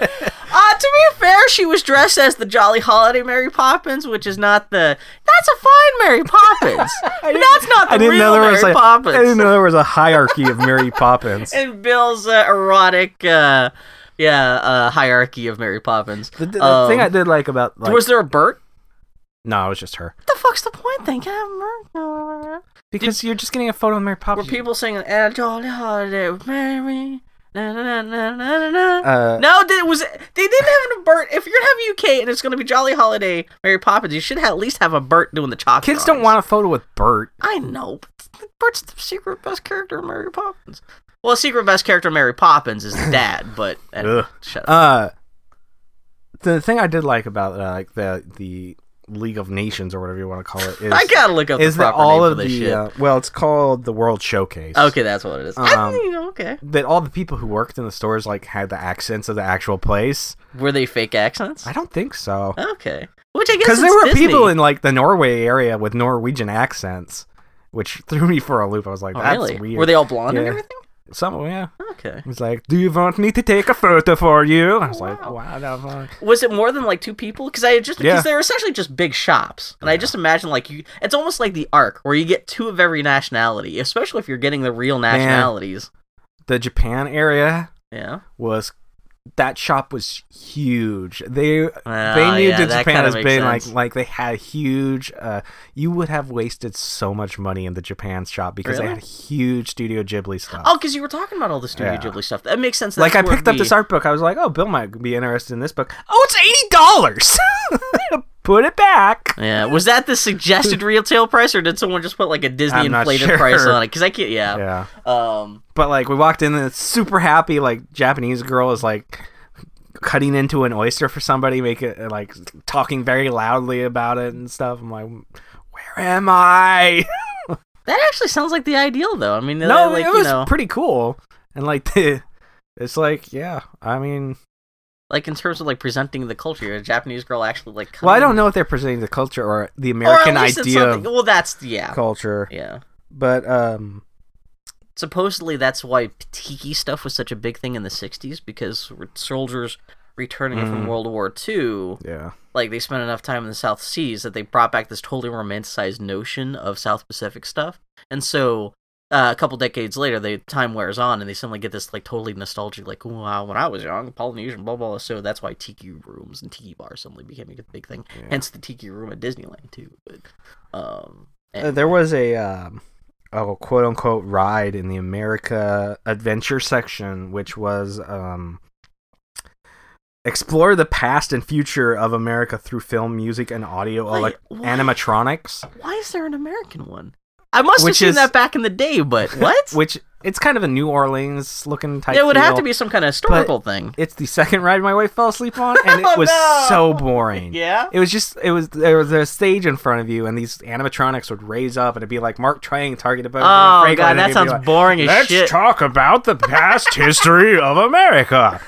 S2: Uh, to be fair, she was dressed as the Jolly Holiday Mary Poppins, which is not the. That's a
S1: *laughs*
S2: fine Mary Poppins.
S1: I didn't-
S2: that's not the
S1: I didn't
S2: real
S1: know there
S2: Mary
S1: was a, I
S2: Poppins.
S1: didn't know there was a hierarchy of
S2: *laughs*
S1: Mary Poppins.
S2: And Bill's uh, erotic, uh, yeah, uh, hierarchy of Mary Poppins.
S1: The, the
S2: Um,
S1: thing I did like about like
S2: was there a Bert?
S1: no, it was just her
S2: What the fuck's the point? Thing. Yeah,
S1: because you're just getting a photo of Mary
S2: Were
S1: Poppins.
S2: people singing "A Jolly Holiday with Mary"? Na, na, na, na, na, na.
S1: Uh,
S2: no, did, was it- they didn't have a Bert. If you're gonna have UK and it's gonna be Jolly Holiday Mary Poppins, you should at least have a Bert doing the chop.
S1: Kids don't want a photo with Bert.
S2: I know. But Bert's the secret best character in Mary Poppins. Well, secret best character in Mary Poppins is
S1: *laughs*
S2: the dad, but and,
S1: Ugh.
S2: shut up.
S1: Uh, the thing I did like about uh, like the the League of Nations or whatever you want to call it is
S2: *laughs* I gotta look up
S1: is
S2: the
S1: that
S2: proper
S1: all of
S2: name for
S1: the
S2: this shit.
S1: uh, well, it's called the World Showcase.
S2: okay, that's what it is. I
S1: um,
S2: you know, okay.
S1: That all the people who worked in the stores like had the accents of the actual place.
S2: Were they fake accents?
S1: I don't think so.
S2: Okay, which I guess
S1: Because there
S2: it's
S1: were
S2: Disney.
S1: people in like the Norway area with Norwegian accents, which *laughs* threw me for a loop. I was like,
S2: Oh,
S1: "That's
S2: really?
S1: weird."
S2: Were they all blonde and
S1: Yeah.
S2: everything?
S1: Some, yeah.
S2: Okay.
S1: He's like, "Do you want me to take a photo for you?" I was like,
S2: Wow.
S1: "Wow, the fuck?"
S2: was it more than like two people? Because I just
S1: Yeah.
S2: because they're essentially just big shops, and I just imagine like you, it's almost like the Ark where you get two of every nationality, especially if you're getting the real nationalities.
S1: The Japan area
S2: Yeah,
S1: was that shop was huge. They
S2: Ah,
S1: they knew
S2: yeah,
S1: that
S2: that
S1: Japan
S2: kinda
S1: has
S2: makes
S1: been
S2: sense.
S1: like like they had huge. Uh, you would have wasted so much money in the Japan shop because they
S2: Really?
S1: had huge Studio Ghibli stuff.
S2: Oh, because you were talking about all the Studio
S1: Yeah.
S2: Ghibli stuff. That makes sense.
S1: like I
S2: That's where
S1: picked up
S2: the-
S1: this art book. I was like, "Oh, Bill might be interested in this book." Oh, it's eighty dollars. *laughs* Put it back.
S2: Yeah, was that
S1: *laughs*
S2: the suggested retail price, or did someone just put like a Disney
S1: I'm not
S2: inflated price
S1: sure.
S2: on it? Because I can't. Yeah.
S1: Yeah,
S2: Um.
S1: but like we walked in, and it's super happy. Like Japanese girl is like cutting into an oyster for somebody, making like talking very loudly about it and stuff. I'm like, "Where am I?"
S2: That actually sounds like the ideal, though. I mean,
S1: no,
S2: like,
S1: it was
S2: you know,
S1: pretty cool. And like *laughs* the, it's like yeah. I mean,
S2: like in terms of like presenting the culture, a Japanese girl actually like.
S1: well, I
S2: coming-
S1: don't know if they're presenting the culture or the
S2: or at
S1: American
S2: least it's
S1: idea
S2: something-
S1: of
S2: Well, that's yeah,
S1: culture,
S2: yeah.
S1: but um.
S2: supposedly that's why tiki stuff was such a big thing in the 60s because re- soldiers returning from
S1: Mhm.
S2: world war ii
S1: Yeah.
S2: like they spent enough time in the south seas that they brought back this totally romanticized notion of south pacific stuff and so uh, a couple decades later the time wears on and they suddenly get this like totally nostalgic like wow when i was young polynesian blah blah blah. so that's why tiki rooms and tiki bars suddenly became a big thing
S1: Yeah.
S2: hence the tiki room at disneyland too but um
S1: Uh, there was a um, a quote unquote ride in the America Adventure section, which was um, explore the past and future of America through film, music, and audio
S2: Wait,
S1: elec-
S2: what?
S1: animatronics.
S2: Why is there an American one? I must have
S1: Which
S2: seen
S1: is-
S2: that back in the
S1: *laughs*
S2: day, but what?
S1: Which it's kind of a New Orleans looking type.
S2: it would have
S1: feel.
S2: to be some kind of historical thing.
S1: It's the second ride my wife fell asleep on, and
S2: *laughs* Oh,
S1: it was
S2: no.
S1: so boring.
S2: Yeah.
S1: It was just it was there was a stage in front of you, and these animatronics would raise up, and it'd be like Mark Twain targeted by
S2: Oh
S1: Franklin,
S2: god,
S1: and
S2: that
S1: it'd be
S2: sounds
S1: like,
S2: boring as shit. *laughs*
S1: talk about the past history of America.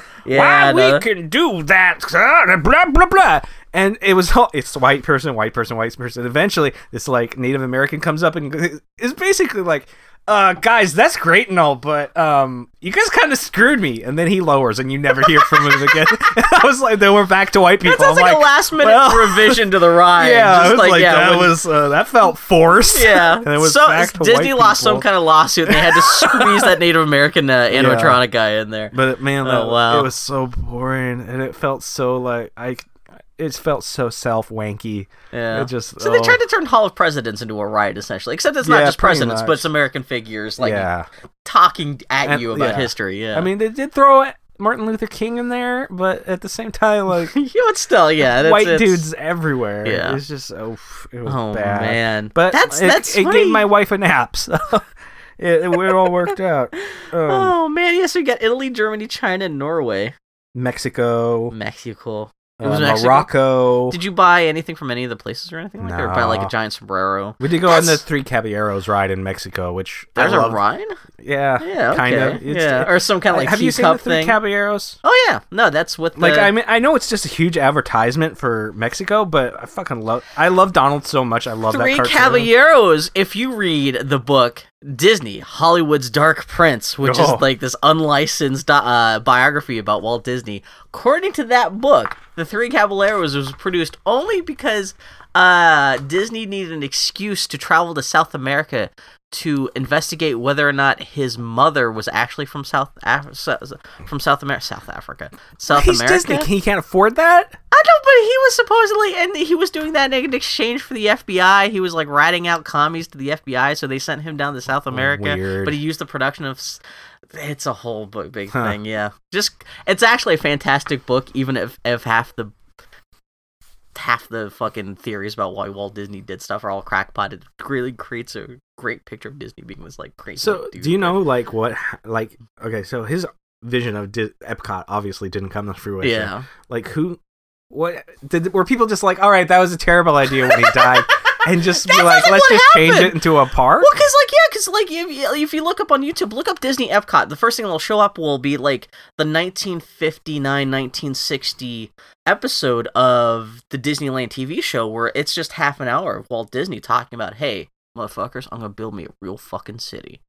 S1: Why
S2: Yeah, no.
S1: we can do that? sir, Blah blah blah. And it was all it's white person, white person, white person. Eventually, this like Native American comes up and is basically like, "Uh, guys, that's great and all, but um, you guys kind of screwed me." And then he lowers, and you never hear from
S2: *laughs*
S1: him again. *laughs* I was like, "Then we're back to white people."
S2: That sounds
S1: I'm
S2: like, a last minute
S1: Oh well, *laughs*
S2: revision to the ride.
S1: Yeah,
S2: Just
S1: I was like,
S2: yeah,
S1: that
S2: when-
S1: was uh, that felt forced.
S2: *laughs*
S1: *laughs*
S2: Yeah,
S1: and it was
S2: so
S1: back to
S2: Disney
S1: white
S2: lost
S1: people.
S2: some kind of lawsuit, and
S1: *laughs*
S2: they had to squeeze that Native American uh, animatronic guy in there.
S1: But man,
S2: Oh,
S1: that,
S2: wow.
S1: it was so boring, and it felt so like I, it felt so self wanky.
S2: Yeah.
S1: It just
S2: so they
S1: oh,
S2: tried to turn Hall of Presidents into a riot, essentially. Except it's not
S1: Yeah,
S2: just
S1: pretty
S2: presidents, but
S1: much.
S2: it's American figures like
S1: yeah.
S2: talking at
S1: And-
S2: you about
S1: yeah.
S2: history. Yeah,
S1: I mean, they did throw Martin Luther King in there, but at the same
S2: *laughs*
S1: time, like
S2: *laughs* you know, it's still yeah, that's,
S1: white
S2: it's-
S1: dudes everywhere.
S2: Yeah.
S1: it's just oh, it was
S2: Oh
S1: bad.
S2: man,
S1: But
S2: that's
S1: it,
S2: that's
S1: it
S2: funny.
S1: gave my wife a nap. *laughs* So it, it, it all worked
S2: *laughs*
S1: out. Um,
S2: Oh man, yes, we got Italy, Germany, China, and Norway,
S1: Mexico,
S2: Mexico. It
S1: uh,
S2: was Mexico?
S1: Morocco.
S2: Did you buy anything from any of the places or anything like that? Or buy like a
S1: No.
S2: giant sombrero?
S1: we did go on the
S2: That's-
S1: Three Caballeros ride in Mexico, which
S2: There's
S1: I
S2: a
S1: loved.
S2: Rhine?
S1: Yeah,
S2: Yeah, okay.
S1: kind of. It's-
S2: yeah, or some kind of like
S1: have you
S2: tea
S1: seen
S2: cup
S1: the three
S2: thing.
S1: caballeros?
S2: oh yeah, no, that's with the,
S1: Like I mean, I know it's just a huge advertisement for Mexico, but I fucking love. I love Donald so much. I love
S2: Three
S1: that cartoon.
S2: Caballeros. If you read the book Disney Hollywood's Dark Prince, which
S1: Oh.
S2: is like this unlicensed uh, biography about Walt Disney, according to that book, the Three Caballeros was produced only because uh, Disney needed an excuse to travel to South America to investigate whether or not his mother was actually from South Af- so- from South America, South Africa, South
S1: He's
S2: America.
S1: Disney. He can't afford that.
S2: I know, but he was supposedly, and he was doing that in exchange for the FBI. He was like ratting out commies to the FBI, so they sent him down to South America.
S1: Oh, Weird.
S2: But he used the production of. s- It's a whole bu- big
S1: Huh.
S2: thing, yeah. Just it's actually a fantastic book, even if if half the half the fucking theories about why Walt Disney did stuff are all crackpot. It really creates a great picture of Disney being this like crazy.
S1: So,
S2: dude.
S1: do you know like what? Like, okay, so his vision of Di- Epcot obviously didn't come to fruition.
S2: Yeah.
S1: Like, who? What did? Were people just like, all right, that was a terrible idea
S2: *laughs*
S1: when he died, and just be
S2: That
S1: like,
S2: sounds like
S1: let's
S2: what
S1: just change it
S2: happened.
S1: into a park?
S2: Well, because like yeah, because like if, if you look up on YouTube, look up Disney Epcot. The first thing that'll show up will be like the 1959-1960 episode of the Disneyland TV show, where it's just half an hour of Walt Disney talking about, "Hey, motherfuckers, I'm gonna build me a real fucking city."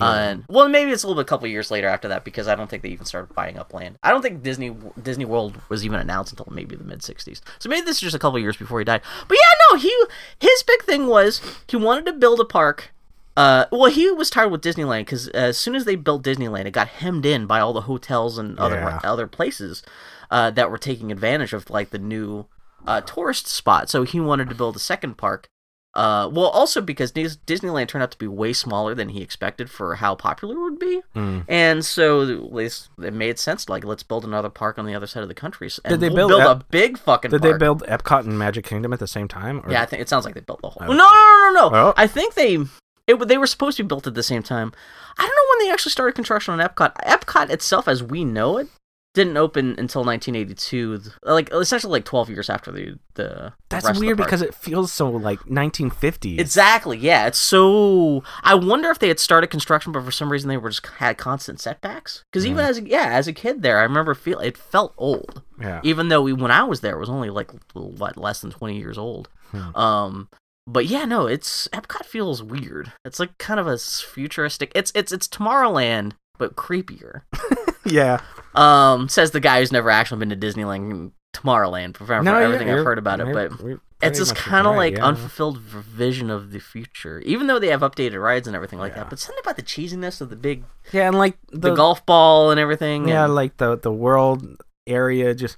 S2: And well, maybe it's a little bit a couple years later after that because I don't think they even started buying up land. I don't think Disney Disney World was even announced until maybe the mid '60s. So maybe this is just a couple years before he died. But yeah, no, he his big thing was he wanted to build a park. Uh, well, he was tired with Disneyland because as soon as they built Disneyland, it got hemmed in by all the hotels and other
S1: Yeah.
S2: other places uh, that were taking advantage of like the new uh, tourist spot. So he wanted to build a second park uh, well, also because Dis- Disneyland turned out to be way smaller than he expected for how popular it would be,
S1: Hmm.
S2: and so this, it made sense. Like, let's build another park on the other side of the country. s- And
S1: Did they
S2: we'll
S1: build
S2: a big fucking?
S1: Did
S2: park.
S1: they build Epcot and Magic Kingdom at the same time? Or-
S2: Yeah, I think it sounds like they built the whole.
S1: Okay.
S2: No, no, no, no, no.
S1: Oh.
S2: I think they it w- they were supposed to be built at the same time. I don't know when they actually started construction on Epcot. Epcot itself, as we know it, didn't open until 1982. th- Like essentially, like 12 years after the the.
S1: That's
S2: rest of the
S1: weird
S2: park.
S1: because it feels so like 1950s.
S2: Exactly. Yeah. It's so. I wonder if they had started construction, but for some reason they were just had constant setbacks. Because
S1: Mm.
S2: even as a, yeah, as a kid there, I remember feel it felt old.
S1: yeah.
S2: Even though we, when I was there, it was only like what less than twenty years old.
S1: Hmm.
S2: Um. But yeah, no, it's Epcot feels weird. It's like kind of a s- futuristic. It's it's it's Tomorrowland but creepier.
S1: *laughs* yeah.
S2: Um, says the guy who's never actually been to Disneyland, Tomorrowland, for, for
S1: yeah,
S2: everything I've
S1: you're-
S2: heard about it.
S1: you're-
S2: But
S1: you're
S2: it's
S1: pretty
S2: this
S1: much
S2: kind of
S1: right,
S2: like
S1: yeah.
S2: unfulfilled v- vision of the future, even though they have updated rides and everything like
S1: Yeah.
S2: that. But something about the cheesiness of the big,
S1: yeah, and like
S2: the,
S1: the,
S2: golf ball and everything.
S1: yeah,
S2: and-
S1: like the the world area. Just,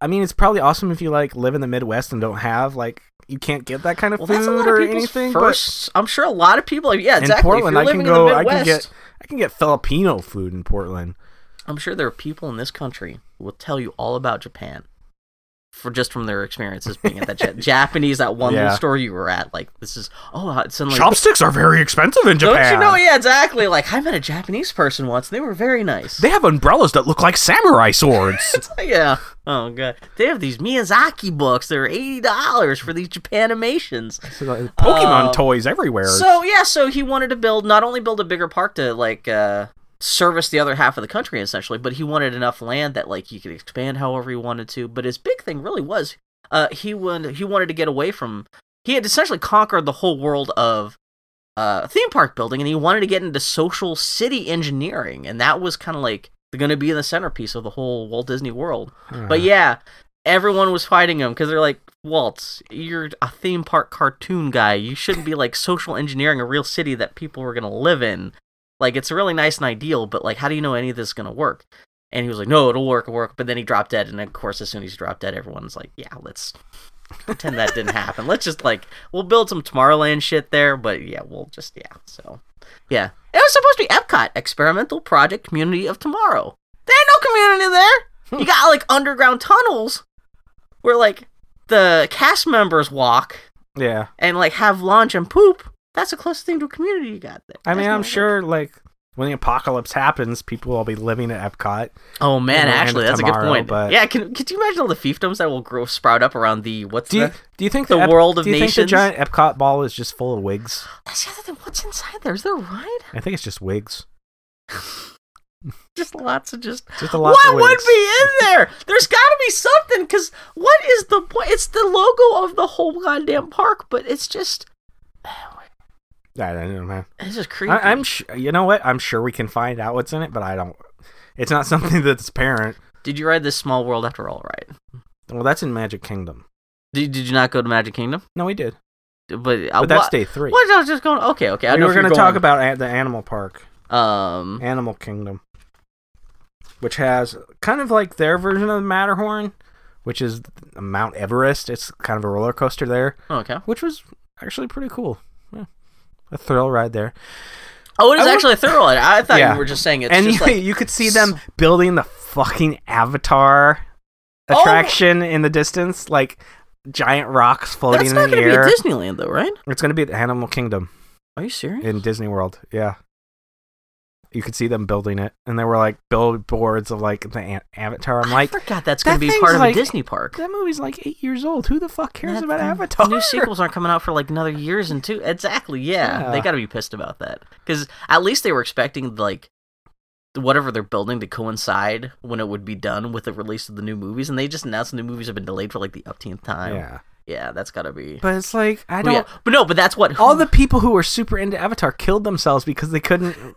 S1: I mean, it's probably awesome if you like live in the Midwest and don't have like you can't get that kind of
S2: well, that's a
S1: food
S2: lot
S1: or
S2: of people's
S1: anything.
S2: first. I'm sure a lot of people. Yeah,
S1: but
S2: exactly.
S1: in Portland,
S2: if
S1: I
S2: you're
S1: can
S2: living
S1: go.
S2: in
S1: I
S2: the
S1: can
S2: Midwest,
S1: get I can get Filipino food in Portland.
S2: I'm sure there are people in this country who will tell you all about Japan for just from their experiences being at
S1: *laughs*
S2: that ja- Japanese that one
S1: Yeah.
S2: little store you were at. Like this is oh uh, it's suddenly.
S1: Chopsticks are very expensive in
S2: don't
S1: Japan.
S2: you know? Yeah, exactly. Like I met a Japanese person once. And they were very nice.
S1: They have umbrellas that look like samurai
S2: *laughs*
S1: swords.
S2: yeah. Oh god. They have these Miyazaki books. They're eighty dollars for these Japanimations.
S1: So, like, Pokemon
S2: Uh,
S1: toys everywhere.
S2: So yeah, so he wanted to build not only build a bigger park to like uh service the other half of the country essentially, but he wanted enough land that like he could expand however he wanted to. But his big thing really was uh he wanted he wanted to get away from he had essentially conquered the whole world of uh theme park building and he wanted to get into social city engineering and that was kind of like going to be the centerpiece of the whole Walt Disney World. But yeah, everyone was fighting him because they're like, Walt, you're a theme park cartoon guy. You shouldn't be like social engineering a real city that people are going to live in. Like, it's really nice and ideal, but like, how do you know any of this is going to work? And he was like, no, it'll work, it'll work. But then he dropped dead. And of course, as soon as he dropped dead, everyone's like, yeah, let's pretend that didn't happen. Let's just like, we'll build some Tomorrowland shit there. But yeah, we'll just, yeah. So, yeah. It was supposed to be Epcot, Experimental Project Community of Tomorrow. There ain't no community there. You got like underground tunnels where like the cast members walk
S1: yeah.
S2: and like have lunch and poop. That's the closest thing to a community you got there.
S1: I mean,
S2: That's
S1: I'm
S2: not-
S1: sure like when the apocalypse happens, people will be living at Epcot.
S2: Oh man,
S1: know, and
S2: actually, that's a good
S1: tomorrow,
S2: point.
S1: but-
S2: Yeah, can could you imagine all the fiefdoms that will grow sprout up around the what's
S1: Do you,
S2: the?
S1: do you think
S2: The world of
S1: do you
S2: nations?
S1: Think the giant Epcot ball is just full of wigs.
S2: That's the other thing. What's inside there? Is there a ride?
S1: I think it's just wigs.
S2: Just lots of just.
S1: Just a lot
S2: what
S1: of
S2: would
S1: wigs.
S2: be in there? There's got to be something because what is the point? It's the logo of the whole goddamn park, but it's just
S1: I don't know, man.
S2: it's just creepy.
S1: I, I'm sh- you know what? I'm sure we can find out what's in it, but I don't. It's not *laughs* something that's apparent.
S2: Did you ride this small world after all? Right?
S1: Well, that's in Magic Kingdom.
S2: Did Did you not go to Magic Kingdom?
S1: No, we did,
S2: But, uh,
S1: but that's day three.
S2: What I was just going. Okay, okay. I
S1: we
S2: know
S1: were
S2: if you're
S1: gonna talk
S2: going-
S1: about a- the animal park,
S2: Um.
S1: Animal Kingdom, which has kind of like their version of the Matterhorn, which is Mount Everest. It's kind of a roller coaster there,
S2: Okay.
S1: which was actually pretty cool. Yeah. A thrill ride there,
S2: Oh, it is
S1: I would-
S2: actually a thorough. ride. I thought
S1: Yeah.
S2: you were just saying it's
S1: and *laughs*
S2: just
S1: you,
S2: like
S1: you could see them building the fucking Avatar
S2: Oh!
S1: attraction in the distance, like giant rocks floating
S2: that's not
S1: in the
S2: going to be
S1: air.
S2: at Disneyland though, right?
S1: it's going to be at Animal Kingdom.
S2: Are you serious?
S1: in Disney World. Yeah. You could see them building it, and there were like billboards of like the an- Avatar. I'm like,
S2: I forgot that's going
S1: that
S2: to be
S1: thing's
S2: part of
S1: like-
S2: a Disney park.
S1: that movie's like eight years old. Who the fuck cares
S2: That-
S1: about
S2: um,
S1: Avatar?
S2: New sequels aren't coming out for like another years and two. Exactly. Yeah,
S1: Yeah.
S2: they got to be pissed about that because at least they were expecting like whatever they're building to coincide when it would be done with the release of the new movies, and they just announced the new movies have been delayed for like the upteenth time.
S1: Yeah,
S2: Yeah, that's got to be.
S1: but it's like I
S2: But
S1: don't.
S2: yeah, but no, but that's what
S1: All the people who were super into Avatar killed themselves because they couldn't. *laughs*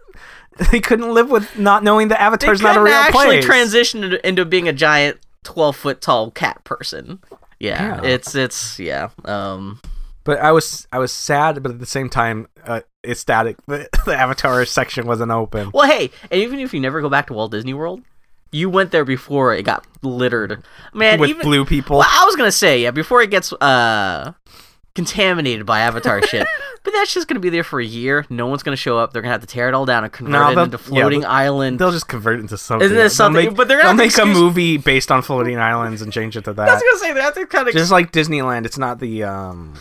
S1: they couldn't live with not knowing that
S2: *laughs* they
S1: Avatar's
S2: couldn't
S1: not a real
S2: actually
S1: place.
S2: transition into, into being a giant twelve foot tall cat person. Yeah,
S1: Yeah.
S2: it's it's yeah. Um,
S1: but I was I was sad, but at the same time uh, ecstatic. that *laughs* the Avatar section wasn't open.
S2: Well, hey, and even if you never go back to Walt Disney World, you went there before it got littered. Man,
S1: with
S2: even
S1: blue people,
S2: well, I was gonna say yeah, before it gets uh contaminated
S1: *laughs*
S2: by Avatar shit. But that's just gonna be there for a year. No one's gonna show up. They're gonna have to tear it all down and convert
S1: No,
S2: it
S1: they'll-
S2: into
S1: yeah,
S2: floating island.
S1: They'll just convert it into something.
S2: Isn't it
S1: They'll
S2: something-
S1: make-
S2: but they're gonna
S1: they'll
S2: have to
S1: make a
S2: excuse-
S1: movie based on floating islands and change it to
S2: I
S1: that.
S2: was gonna say they have to kind of
S1: Just like Disneyland, it's not the um,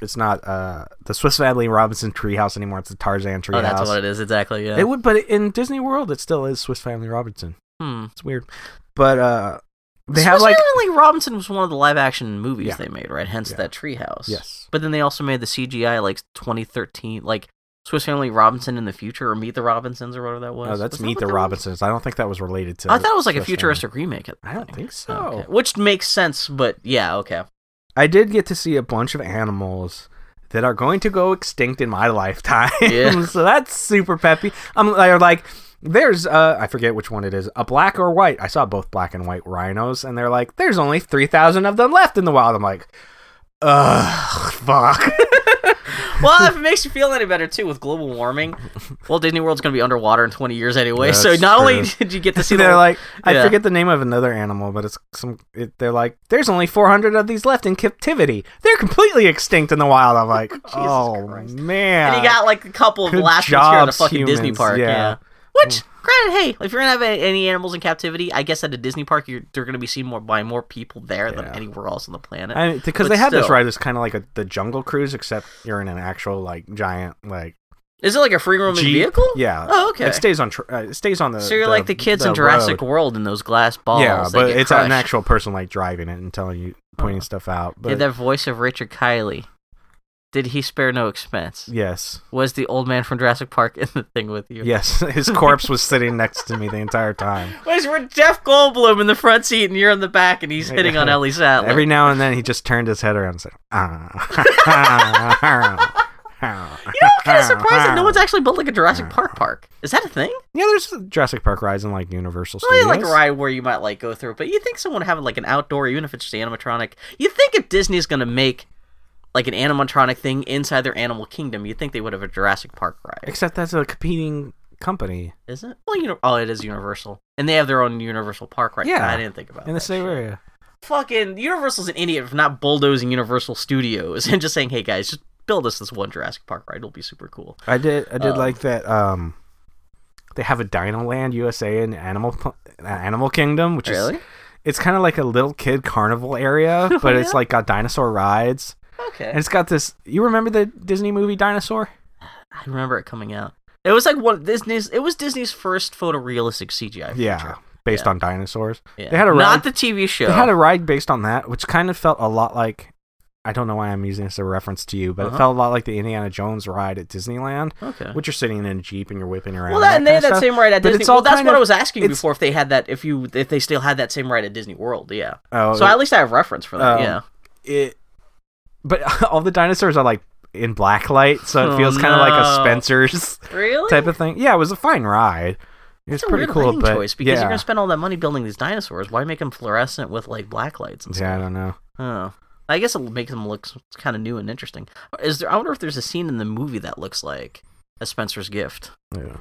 S1: it's not uh the Swiss Family Robinson treehouse anymore. It's the Tarzan treehouse.
S2: Oh, that's what it is exactly. Yeah.
S1: It would, but in Disney World, it still is Swiss Family Robinson.
S2: hmm.
S1: It's weird, but uh, they have
S2: Especially
S1: like
S2: when, like, Robinson was one of the live action movies
S1: Yeah.
S2: they made, right? Hence
S1: Yeah.
S2: that treehouse.
S1: yes,
S2: But then they also made the CGI like 2013, like Swiss Family Robinson in the future or Meet the Robinsons or whatever that was.
S1: no,
S2: Was
S1: Oh, that's
S2: that
S1: Meet
S2: what
S1: the
S2: that was?
S1: Robinsons. I don't think that was related to.
S2: I thought it was like a
S1: Swiss Family.
S2: futuristic remake.
S1: I don't think so.
S2: Okay. Which makes sense, but yeah,
S1: *laughs*
S2: okay.
S1: I did get to see a bunch of animals that are going to go extinct in my *laughs* lifetime. *laughs*
S2: Yeah.
S1: so that's super peppy. I'm they're like, there's uh, I forget which one it is, a black or white. I saw both black and white rhinos, and they're like, there's only three thousand of them left in the wild. I'm like, ugh, fuck.
S2: Well, if it makes you feel any better too, with global
S1: *laughs*
S2: warming, well, Disney World's gonna be underwater in 20 years anyway. so
S1: That's
S2: not only
S1: true.
S2: *laughs* did you get to
S1: *laughs*
S2: see
S1: See,
S2: the
S1: they're like, I
S2: yeah.
S1: forget the name of another animal, but it's some. It, they're like, there's only 400 of these left in captivity. They're completely extinct in the wild. I'm
S2: *laughs*
S1: like, oh
S2: Christ.
S1: man.
S2: and you got like a couple of the
S1: Good
S2: last ones here at a
S1: jobs,
S2: fucking Disney
S1: humans,
S2: park. Yeah.
S1: yeah.
S2: Which, granted, hey, if you're gonna have a- any animals in captivity, I guess at a Disney park you're, they're gonna be seen more by more people there than
S1: Yeah.
S2: anywhere else on the planet.
S1: I mean, because
S2: But
S1: they had this
S2: still.
S1: ride that's kind of like a, the Jungle Cruise, except you're in an actual like giant like
S2: Is it like a free roaming
S1: Jeep.
S2: vehicle?
S1: Yeah.
S2: Oh, okay.
S1: It stays on. Tr- uh, it stays on the.
S2: so you're like the kids in Jurassic
S1: road.
S2: World in those glass balls.
S1: Yeah,
S2: that
S1: but
S2: get
S1: it's an
S2: crushed. Oh.
S1: actual person like driving it and telling you, pointing stuff out.
S2: Yeah,
S1: But
S2: that voice of Richard Kiley. Did he spare no expense?
S1: Yes.
S2: Was the old man from Jurassic Park in the thing with you?
S1: Yes. *laughs* His corpse was sitting next to me the entire time.
S2: Where's where Jeff Goldblum in the front seat and you're in the back
S1: *laughs*
S2: and he's hitting on Ellie Sattler?
S1: Every now and then he just turned his head around and said, ah. *laughs*
S2: you know, I'm kind of surprised that no one's actually building a Jurassic Park park. Is that a thing?
S1: Yeah, there's Jurassic Park rides in like Universal
S2: Well,
S1: Studios.
S2: yeah, like a ride where you might like go through, but you think someone would have like an outdoor, even if it's just animatronic. You think if Disney's gonna make like an animatronic thing inside their Animal Kingdom, you think they would have a Jurassic Park ride,
S1: Except that's a competing company
S2: is it? Well, you know, oh, it is Universal, and they have their own Universal Park right
S1: Yeah.
S2: I didn't think about
S1: in the
S2: that.
S1: same area.
S2: Fucking Universal's an idiot for not bulldozing Universal Studios *laughs* and just saying, "Hey guys, just build us this one Jurassic Park ride. It'll be super cool."
S1: I did. I did
S2: Um,
S1: like that. Um, they have a Dinoland USA in Animal Pl- uh, Animal Kingdom, which is it's kind of like a little kid carnival
S2: *laughs*
S1: area, but it's
S2: yeah?
S1: like got dinosaur rides
S2: Okay.
S1: and it's got this. You remember the Disney movie Dinosaur?
S2: I remember it coming out. It was like one Disney's. It was Disney's first photorealistic CGI. Feature.
S1: Yeah, based on dinosaurs.
S2: Yeah.
S1: They had a ride.
S2: not the TV show.
S1: they had a ride based on that, which kind of felt a lot like. I don't know why I'm using this as a reference to you, but
S2: Uh-huh. Oh,
S1: it felt a lot like the Indiana Jones ride at Disneyland,
S2: okay.
S1: which you're sitting in a jeep and you're whipping around.
S2: well, that, and they had
S1: kinda
S2: that
S1: stuff.
S2: same right at
S1: But
S2: Disney.
S1: it's all
S2: Well, that's
S1: kind
S2: what I
S1: of-
S2: was asking
S1: it's-
S2: before if they had that. If you if they still had that same right at Disney World, yeah.
S1: Oh,
S2: so I at least I have reference for that.
S1: Um,
S2: yeah.
S1: it but *laughs* all the dinosaurs are like in black light so
S2: Oh,
S1: it feels kind of like a
S2: no.
S1: spencer's
S2: Really?
S1: type of thing yeah it was a fine ride it was
S2: it's a
S1: pretty
S2: weird
S1: cool
S2: lighting
S1: but
S2: choice because
S1: yeah
S2: you're gonna spend all that money building these dinosaurs. Why make them fluorescent with like black lights? And
S1: yeah i
S2: Stuff?
S1: don't know
S2: Oh. I guess it'll make them look kind of new and interesting. Is there? I wonder if there's a scene in the movie that looks like a Spencer's gift.
S1: yeah.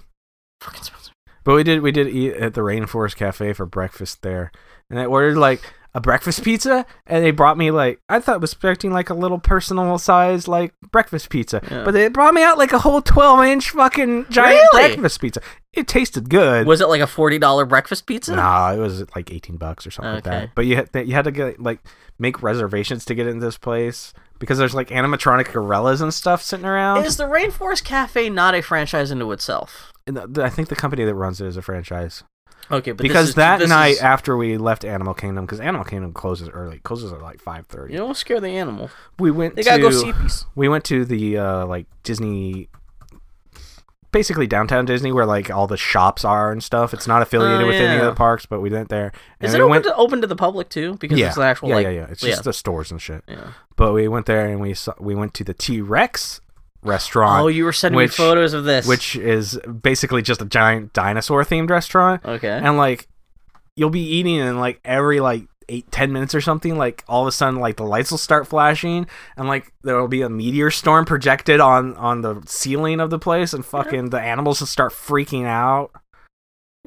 S2: Fucking Spencer.
S1: but we did we did eat at the rainforest cafe for breakfast there and i ordered like a breakfast pizza and they brought me like i thought was expecting like a little personal size like breakfast pizza
S2: Yeah.
S1: but they brought me out like a whole 12 inch fucking giant
S2: Really?
S1: breakfast pizza it tasted good
S2: Was it like a forty dollar breakfast pizza?
S1: Nah, it was like eighteen bucks or something like
S2: Okay.
S1: that. But you had that you had to get like make reservations to get into this place because there's like animatronic gorillas and stuff sitting around.
S2: Is the Rainforest Cafe not a franchise into itself?
S1: And the- the- I think the company that runs it is a franchise
S2: Okay, but this
S1: because
S2: is-
S1: that
S2: this
S1: night
S2: is-
S1: after we left Animal Kingdom, because Animal Kingdom closes early, closes at like five thirty.
S2: you don't scare the animal.
S1: We went
S2: They
S1: to
S2: gotta go see peace.
S1: we went to the uh, like Disney. Basically, downtown Disney, where like all the shops are and stuff. It's not affiliated
S2: Oh,
S1: with any of
S2: yeah.
S1: the parks, but we went there. And
S2: Is
S1: we
S2: it open,
S1: went-
S2: to, open to the public too? Because
S1: yeah,
S2: it's an actual
S1: yeah,
S2: like
S1: yeah, yeah. It's
S2: yeah.
S1: just the stores and shit.
S2: yeah.
S1: But we went there and we saw we went to the T Rex restaurant,
S2: Oh, you were sending me
S1: which-
S2: photos of this.
S1: which is basically just a giant dinosaur themed restaurant.
S2: okay,
S1: And like, you'll be eating and like every like eight ten minutes or something, like all of a sudden like the lights will start flashing and like there will be a meteor storm projected on on the ceiling of the place and fucking the animals will start freaking out.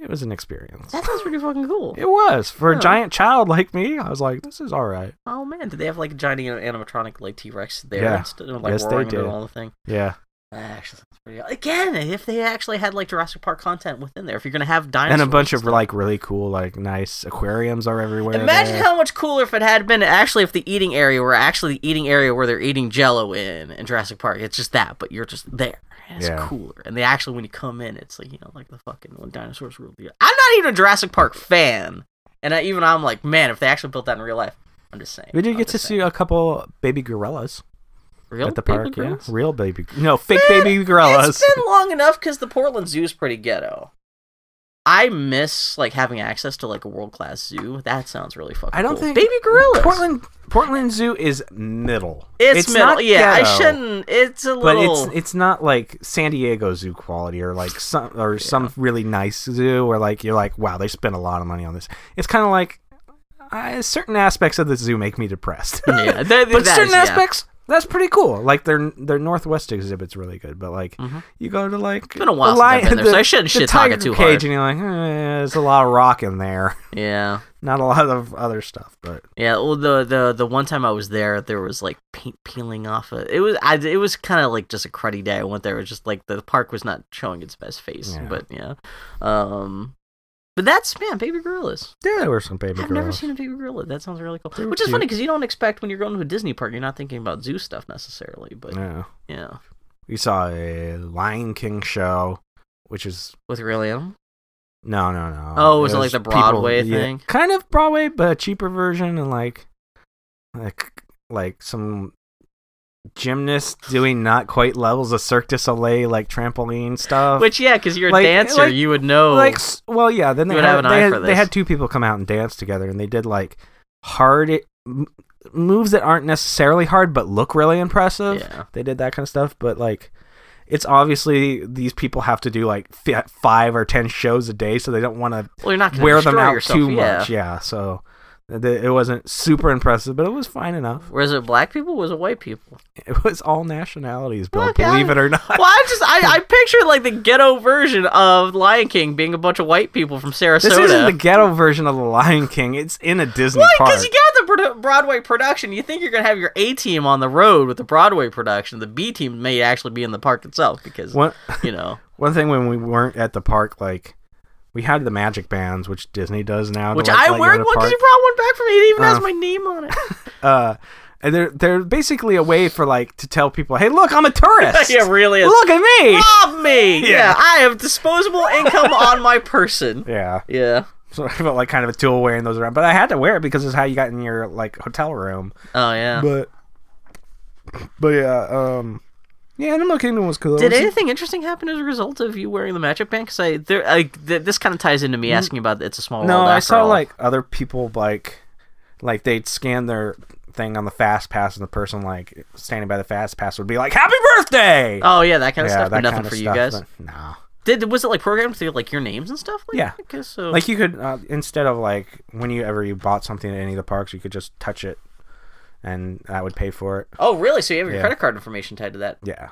S1: It was an experience.
S2: that sounds pretty fucking cool.
S1: It was for
S2: Yeah.
S1: a giant child like me. I was like, this is all right.
S2: Oh man, did they have like a giant anim- animatronic like T Rex there?
S1: Yeah.
S2: instead of, like
S1: Yes, they
S2: roaring and
S1: did.
S2: doing all the thing.
S1: Yeah.
S2: That Actually, sounds pretty. Again, if they actually had like Jurassic Park content within there, if you're gonna have dinosaurs
S1: and a bunch of
S2: stuff.
S1: like really cool, like nice aquariums are everywhere.
S2: Imagine
S1: there.
S2: how much cooler if it had been actually if the eating area were actually the eating area where they're eating jello in in Jurassic Park. It's just that, but you're just there. And It's
S1: Yeah.
S2: cooler. And they actually when you come in, it's like, you know, like the fucking when dinosaurs ruled the I'm not even a Jurassic Park fan. And I, even I'm like, man, if they actually built that in real life, I'm just saying.
S1: we did
S2: I'm
S1: get to
S2: just
S1: see
S2: saying.
S1: a couple baby gorillas
S2: real
S1: at the
S2: baby
S1: park.
S2: gorillas?
S1: Yeah, real baby. No, fake
S2: Man,
S1: baby gorillas.
S2: It's been long enough because the Portland Zoo's pretty ghetto. I miss like having access to like a world class zoo. That sounds really fucking.
S1: I don't
S2: cool.
S1: think
S2: baby gorillas.
S1: Portland Portland Zoo is middle.
S2: It's, middle.
S1: not
S2: yeah, I
S1: ghetto,
S2: shouldn't. It's a
S1: But
S2: little.
S1: it's *laughs* it's not like San Diego Zoo quality or like some or
S2: Yeah.
S1: some really nice zoo where like you're like wow they spent a lot of money on this. It's kind of like uh, certain aspects of the zoo make me depressed. *laughs*
S2: *laughs* yeah, that,
S1: but
S2: that
S1: certain
S2: is- yeah.
S1: aspects that's pretty cool. Like their their Northwest exhibit's really good, but like
S2: Mhm.
S1: you go to like it's
S2: been a while since I've been there, so I shouldn't shit talk it too hard.
S1: cage and you're like eh, there's a lot of rock in there, *laughs*
S2: Yeah,
S1: not a lot of other stuff. But
S2: yeah. Well, the the the one time I was there, there was like paint peeling off. Of, it was I, it was kind of like just a cruddy day. I went there. It was just like the park was not showing its best face.
S1: Yeah.
S2: But yeah, um, but that's man, baby gorillas.
S1: yeah, there were some baby
S2: I've never
S1: girls.
S2: seen a baby gorilla. That sounds really cool.
S1: They were
S2: Which is funny
S1: cute.
S2: because you don't expect when you're going to a Disney park, you're not thinking about zoo stuff necessarily. But
S1: no,
S2: yeah,
S1: we saw a Lion King show, which is
S2: with real animal.
S1: no, no, no.
S2: Oh, was it like the Broadway
S1: yeah,
S2: thing?
S1: kind of Broadway, but a cheaper version, and like like like some gymnast doing not quite levels of Cirque du Soleil like trampoline stuff.
S2: Which yeah, because you're
S1: Like-
S2: a dancer,
S1: like-
S2: you would know.
S1: like s- well yeah then
S2: You
S1: they
S2: would
S1: had,
S2: have an
S1: they,
S2: eye
S1: had,
S2: for
S1: they had
S2: this.
S1: two people come out and dance together and they did like hard m- moves that aren't necessarily hard but look really impressive
S2: yeah.
S1: they did that kind of stuff but like it's obviously these people have to do like f- five or ten shows a day so they don't want to
S2: Well, you're not going to
S1: wear them out
S2: yourself,
S1: too
S2: yeah.
S1: much yeah so th- it wasn't super impressive but it was fine enough *laughs*
S2: Was it black people? Was it white people?
S1: it was all nationalities bill
S2: Okay.
S1: believe it or not
S2: Well, I just I, I pictured like the ghetto version of Lion King being a bunch of white people from Sarasota.
S1: this isn't the ghetto version of the lion king it's in a disney park
S2: because you got the produ- Broadway production, you think you're gonna have your A team on the road with the Broadway production. The B team may actually be in the park itself because
S1: One- *laughs*
S2: you know,
S1: One thing when we weren't at the park, like we had the magic bands, which Disney does now. to,
S2: which
S1: like,
S2: I
S1: let you
S2: wear
S1: go
S2: one
S1: to
S2: because
S1: park.
S2: you brought one back for me. It even
S1: Uh.
S2: has my name on it.
S1: *laughs* Uh, and they're they're basically a way for like to tell people, hey, look, I'm a
S2: *laughs*
S1: tourist.
S2: it really is.
S1: *laughs*
S2: Ah!
S1: look at me.
S2: Rob me. Yeah.
S1: Yeah.
S2: I have disposable income on
S1: *laughs*
S2: my person.
S1: yeah,
S2: Yeah.
S1: so I felt like kind of a tool wearing those around, but I had to wear it because it's how you got in your like hotel room.
S2: Oh yeah.
S1: But but yeah, um, yeah, Animal Kingdom was cool.
S2: Did
S1: It was-
S2: anything interesting happen as a result of you wearing the magic band? Because I, there, I th- this kind of ties into me asking about it's a small
S1: No,
S2: world.
S1: I
S2: after
S1: saw
S2: all.
S1: like other people like like they'd scan their thing on the fast pass and the person like standing by the fast pass would be like happy birthday
S2: oh yeah, that kind of
S1: yeah,
S2: stuff. But
S1: that
S2: nothing
S1: kind of
S2: for you
S1: stuff,
S2: guys.
S1: but no.
S2: Did was it like programmed through like your names and stuff? Like,
S1: Yeah.
S2: that? 'Cause so
S1: Like you could uh, instead of like when you ever you bought something at any of the parks, you could just touch it, and that would pay for it.
S2: oh really? So you have your
S1: Yeah.
S2: credit card information tied to that?
S1: Yeah.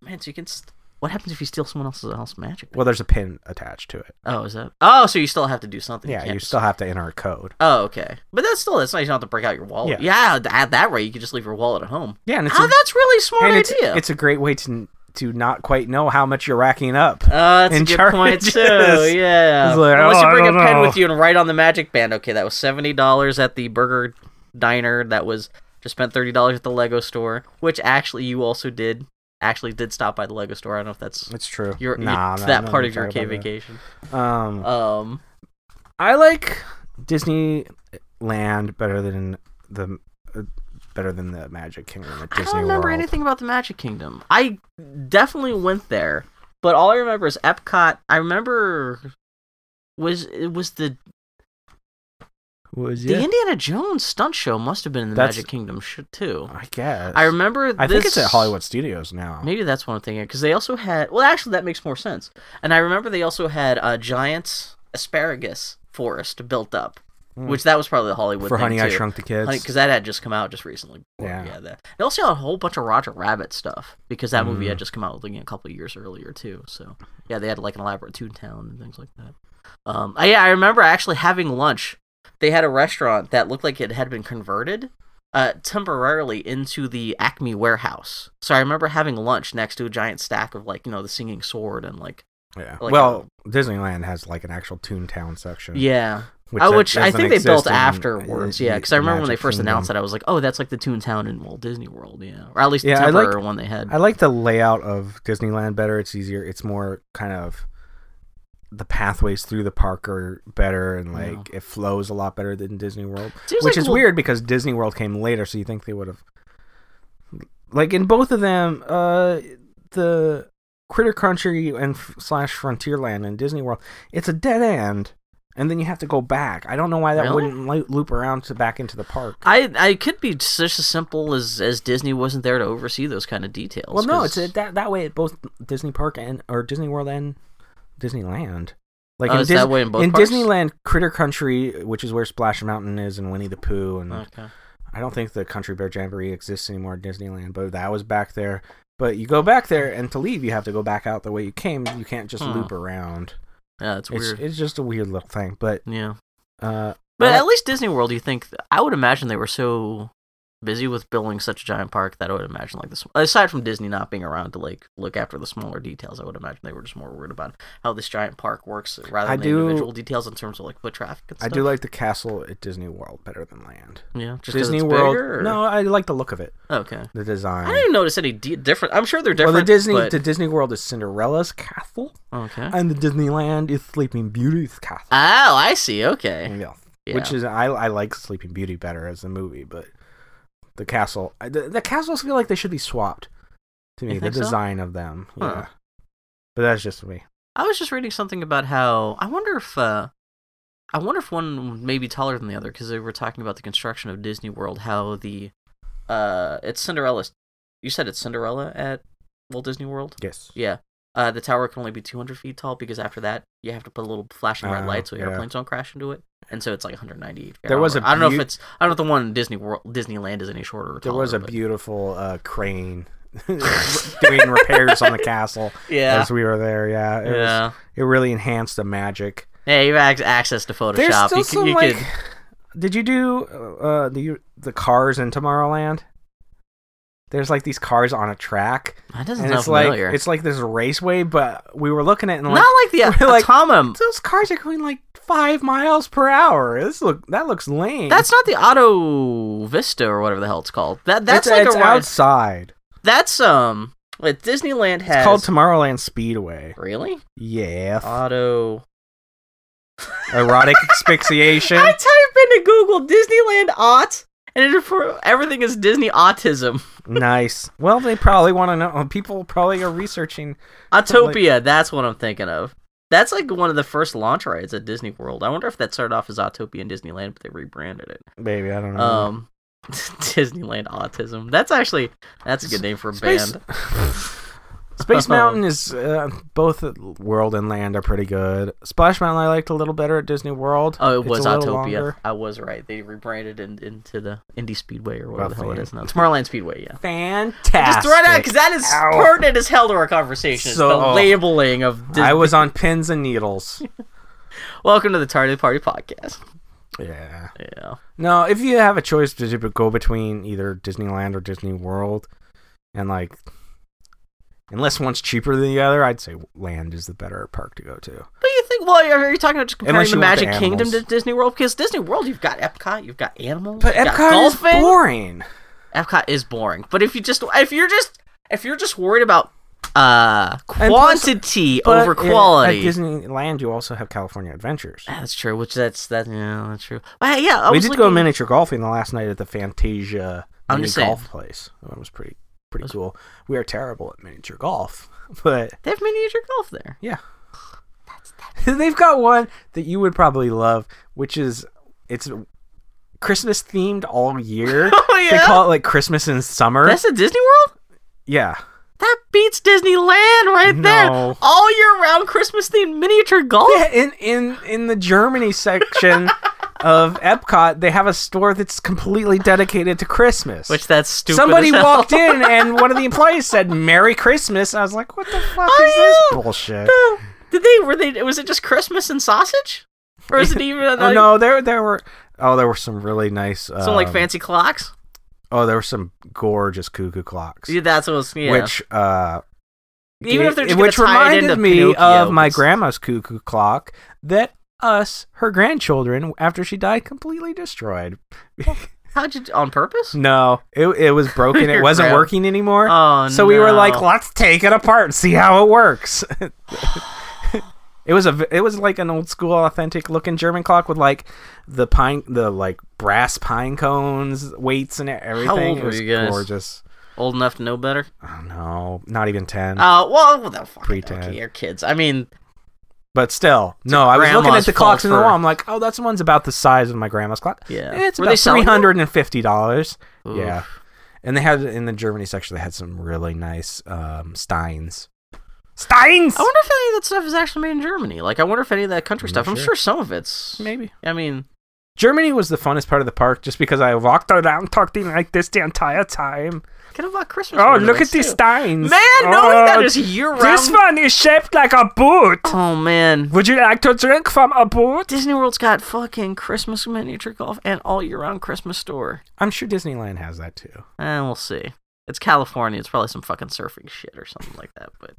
S2: Man, so you can. St- what happens if you steal someone else's else magic?
S1: Well, there's a pin attached to it.
S2: Oh, is that? Oh, so you still have to do something.
S1: Yeah,
S2: can't
S1: you
S2: just-
S1: still have to enter a code.
S2: Oh, okay. But that's still that's nice. You don't have to break out your wallet. Yeah, th- at that rate, you could just leave your wallet at home.
S1: Yeah, and it's
S2: Oh,
S1: a,
S2: that's really smart
S1: and it's,
S2: idea.
S1: it's a great way to to not quite know how much you're racking up.
S2: Uh, that's
S1: in
S2: a good point
S1: charges.
S2: too. Yeah.
S1: It's like,
S2: Unless
S1: oh, I
S2: you bring a
S1: don't
S2: pen
S1: know.
S2: with you and write on the magic band. Okay, that was seventy dollars at the burger diner. That was just spent thirty dollars at the Lego store, which actually you also did. Actually, did stop by the Lego store. I don't know if that's
S1: It's true.
S2: your,
S1: Nah,
S2: it's
S1: I'm not-
S2: that
S1: I'm not
S2: part
S1: gonna
S2: of your
S1: talk
S2: K
S1: about that.
S2: vacation.
S1: Um,
S2: Um,
S1: I like Disneyland better than the uh, better than the Magic Kingdom at
S2: I
S1: Disney
S2: don't remember
S1: World.
S2: anything about the Magic Kingdom. I definitely went there, but all I remember is Epcot. I remember was it was the
S1: Was
S2: the
S1: it?
S2: Indiana Jones stunt show must have been in the
S1: That's-
S2: Magic Kingdom sh- too.
S1: I guess.
S2: I remember.
S1: I
S2: this,
S1: think it's at Hollywood Studios now.
S2: Maybe that's what I'm thinking because they also had. Well, actually, that makes more sense. And I remember they also had a giant asparagus forest built up,
S1: Mm.
S2: which that was probably the Hollywood
S1: for
S2: thing
S1: Honey I
S2: too.
S1: Shrunk the Kids.
S2: because that had just come out just recently.
S1: Yeah.
S2: that. They also had a whole bunch of Roger Rabbit stuff because that movie
S1: Mm.
S2: had just come out like, a couple of years earlier too. So yeah, they had like an elaborate Toontown and things like that. Um, I, yeah, I remember actually having lunch. They had a restaurant that looked like it had been converted uh, temporarily into the Acme warehouse. So I remember having lunch next to a giant stack of like you know the Singing Sword and like
S1: yeah.
S2: like um,
S1: well, Disneyland has like an actual Toontown section.
S2: yeah,
S1: which,
S2: oh,
S1: that
S2: which I
S1: doesn't
S2: think they
S1: exist
S2: built
S1: in-
S2: afterwards,
S1: in
S2: yeah. Because I remember when they
S1: Magic
S2: first
S1: Kingdom.
S2: announced it, I was like, "Oh, that's like the Toontown in Walt Disney World, yeah, or at least the
S1: Yeah, I like-
S2: temporary one they had."
S1: I like the layout of Disneyland better. It's easier. It's more kind of the pathways through the park are better, and
S2: Yeah.
S1: like it flows a lot better than Disney World,
S2: Seems
S1: which
S2: like
S1: is
S2: we'll-
S1: weird because Disney World came later. So you think they would have like in both of them, uh, the Critter Country and f- slash Frontierland and Disney World, it's a dead end. And then you have to go back. I don't know why that
S2: Really?
S1: wouldn't lo- loop around to back into the park.
S2: I I could be just as simple as as Disney wasn't there to oversee those kind of details.
S1: Well, no,
S2: 'cause-
S1: it's a, that that way at both Disney Park and or Disney World and Disneyland. Like
S2: Oh,
S1: in,
S2: it's that way in both parks?
S1: Disneyland, Critter Country, which is where Splash Mountain is, and Winnie the Pooh, and
S2: Mm. okay.
S1: I don't think the Country Bear Jamboree exists anymore at Disneyland, but that was back there. But you go back there, and to leave, you have to go back out the way you came. You can't just
S2: Hmm.
S1: loop around.
S2: Yeah, it's
S1: It's,
S2: weird.
S1: it's just a weird little thing. But
S2: yeah,
S1: uh,
S2: but
S1: I
S2: at least Disney World, you think I would imagine they were so busy with building such a giant park that I would imagine like this. Aside from Disney not being around to like look after the smaller details, I would imagine they were just more worried about how this giant park works rather
S1: I
S2: than
S1: do-
S2: the individual details in terms of like foot traffic. And
S1: I
S2: stuff.
S1: do like the castle at Disney World better than land.
S2: Yeah, just 'cause
S1: Disney
S2: it's
S1: World.
S2: bigger, or-
S1: No, I like the look of it,
S2: Okay.
S1: the design.
S2: I didn't notice any de- different. I'm sure they're
S1: Well,
S2: different.
S1: the Disney
S2: but-
S1: the Disney World is Cinderella's castle,
S2: okay.
S1: and the Disneyland is Sleeping Beauty's castle.
S2: Oh, I see. Okay.
S1: Yeah.
S2: Yeah.
S1: Which is I I like Sleeping Beauty better as a movie, but the castle. I- The, the castles feel like they should be swapped. To
S2: You
S1: me, the
S2: think so?
S1: design of them.
S2: Huh.
S1: Yeah. But that's just me.
S2: I was just reading something about how I wonder if uh, I wonder if one may be taller than the other because they were talking about the construction of Disney World, how the uh, it's Cinderella. You said it's Cinderella at Walt Disney World.
S1: Yes.
S2: Yeah. Uh, the tower can only be 200 feet tall because after that you have to put a little flashing red
S1: Oh,
S2: light so
S1: yeah.
S2: airplanes don't crash into it, and so it's like 198. feet. I
S1: There
S2: don't
S1: was a
S2: know- I don't know if
S1: beau-
S2: it's I don't know if the one in Disney World Disneyland is any shorter. Or
S1: There was a
S2: taller, but-
S1: beautiful uh,
S2: *laughs*
S1: crane *laughs* doing repairs on the castle
S2: yeah
S1: as we were there. Yeah. It, was,
S2: yeah.
S1: it really enhanced the magic.
S2: yeah, you have ac- access to Photoshop.
S1: There's still
S2: you can,
S1: some
S2: you
S1: like.
S2: could-
S1: Did you do uh, the the cars in Tomorrowland? There's like these cars on a track,
S2: that doesn't
S1: and
S2: sound
S1: it's like
S2: familiar.
S1: it's like this raceway. But we were looking at it and like
S2: Not
S1: *laughs*
S2: like the
S1: we're like-
S2: Automum.
S1: those cars are going like five miles per hour. This look that looks lame.
S2: That's not the Auto Vista or whatever the hell it's called. That that's
S1: It's-
S2: like
S1: it's
S2: a ride.
S1: outside.
S2: That's um. What Disneyland has
S1: It's called Tomorrowland Speedway.
S2: really
S1: Yeah,
S2: Uh. auto. *laughs*
S1: erotic asphyxiation.
S2: I type into Google Disneyland Aut, and it, for everything is Disney autism.
S1: nice. Well, they probably want to know. People probably are researching.
S2: Autopia. that's what I'm thinking of. That's like one of the first launch rides at Disney World. I wonder if that started off as Autopia in Disneyland, but they rebranded it.
S1: Baby, I don't know.
S2: Um, *laughs* Disneyland Autism. That's actually that's a good name for a
S1: Space-
S2: band.
S1: *laughs* Space *laughs* Mountain is uh, both world and land are pretty good. Splash Mountain I liked a little better at Disney World.
S2: Oh, it
S1: It's
S2: was
S1: a little
S2: Autopia.
S1: longer.
S2: I was right. They rebranded in, into the Indy Speedway or
S1: Well,
S2: whatever the hell it
S1: fan-
S2: is now. Tomorrowland Speedway, yeah.
S1: Fantastic.
S2: Just throw it out because that is
S1: Ow.
S2: pertinent as hell to our conversation. It's the
S1: So-
S2: labeling of Disney.
S1: I was on pins and needles.
S2: Welcome to the Tardy Party podcast.
S1: *laughs* yeah.
S2: Yeah,
S1: No, if you have a choice to do- go between either Disneyland or Disney World, and like, unless one's cheaper than the other, I'd say land is the better park to go to.
S2: but you think? Well, are are you talking about just comparing
S1: Unless
S2: the
S1: you want the
S2: Magic Kingdom to
S1: animals.
S2: Disney World? Because Disney World, you've got Epcot, you've got animals,
S1: But
S2: you've got
S1: Epcot is
S2: golfing.
S1: boring.
S2: Epcot is boring. But if you just if you're just if you're just worried about uh
S1: And plus-
S2: quantity
S1: But
S2: over
S1: at-
S2: quality,
S1: At Disneyland, you also have California Adventures.
S2: That's true. Which that's that. Yeah, that's true. But yeah, I
S1: we
S2: was
S1: did
S2: looking,
S1: go miniature golfing the last night at the Fantasia
S2: I'm
S1: mini
S2: just saying.
S1: golf place. That was pretty pretty cool. We are terrible at miniature golf, *laughs* but
S2: They have miniature golf there.
S1: yeah. *laughs* They've got one that you would probably love, which is it's Christmas themed all year.
S2: *laughs* Oh,
S1: They
S2: yeah?
S1: call it like Christmas in summer.
S2: That's at Disney World.
S1: yeah.
S2: That beats Disneyland right there.
S1: No.
S2: All year round Christmas themed miniature golf.
S1: Yeah, in in in the Germany
S2: *laughs*
S1: section of Epcot, they have a store that's completely dedicated to Christmas.
S2: Which that's stupid.
S1: Somebody
S2: as hell.
S1: walked in and one of the employees said "Merry Christmas." I was like, "What the fuck
S2: Oh,
S1: is
S2: yeah.
S1: this bullshit?"
S2: *laughs* Did they? Were they? Was it just Christmas and sausage?
S1: *laughs*
S2: Or *laughs* is it even?
S1: Oh no, there there were oh there were some really nice um,
S2: Some like fancy clocks.
S1: oh there were some gorgeous cuckoo clocks,
S2: Yeah, that's what was. Yeah.
S1: which uh
S2: even if they're
S1: it-
S2: just
S1: which
S2: gonna tie it
S1: reminded
S2: into
S1: me
S2: Pinocchio,
S1: of my
S2: it's-
S1: grandma's cuckoo clock that us her grandchildren after she died completely destroyed.
S2: How'd you on purpose?
S1: no, it it was broken.
S2: *laughs* Your
S1: it wasn't
S2: grand-
S1: working anymore.
S2: Oh,
S1: So we were
S2: no.
S1: like, let's take it apart and see how it works. *laughs* it was a v- it was like an old school authentic looking German clock with like the pine the like brass pine cones weights and e, everything.
S2: old
S1: it
S2: were
S1: was
S2: you guys?
S1: gorgeous.
S2: old enough to know better.
S1: I don't know, not even ten.
S2: Uh, well, what the fuck?
S1: Pretend.
S2: Okay, your kids. I *laughs* mean,
S1: but still, no. I was looking
S2: grandma's
S1: at the clocks
S2: fault
S1: in the wall.
S2: for-
S1: I'm like, oh, that's one's about the size of my grandma's clock.
S2: Yeah.
S1: it's
S2: Were they
S1: about
S2: selling
S1: three
S2: them?
S1: hundred and fifty dollars.
S2: Oof.
S1: Yeah, and they had in the Germany section. They had some really nice um, Steins. Steins.
S2: I wonder if any of that stuff is actually made in Germany. Like, I wonder if any of that
S1: I'm
S2: country stuff.
S1: not
S2: I'm
S1: sure.
S2: sure some of it's.
S1: Maybe.
S2: I mean,
S1: Germany was the funnest part of the park just because I walked around talking like this the entire time.
S2: kind of about Christmas.
S1: Oh,
S2: ornaments,
S1: look at these
S2: too.
S1: steins.
S2: Man,
S1: oh,
S2: knowing that is year
S1: This
S2: round.
S1: one is shaped like a boot.
S2: oh man,
S1: Would you like to drink from a boot?
S2: Disney World's got fucking Christmas miniature golf and all year round Christmas store.
S1: I'm sure Disneyland has that too.
S2: And Eh, we'll see. It's California. It's probably some fucking surfing shit or something like that. But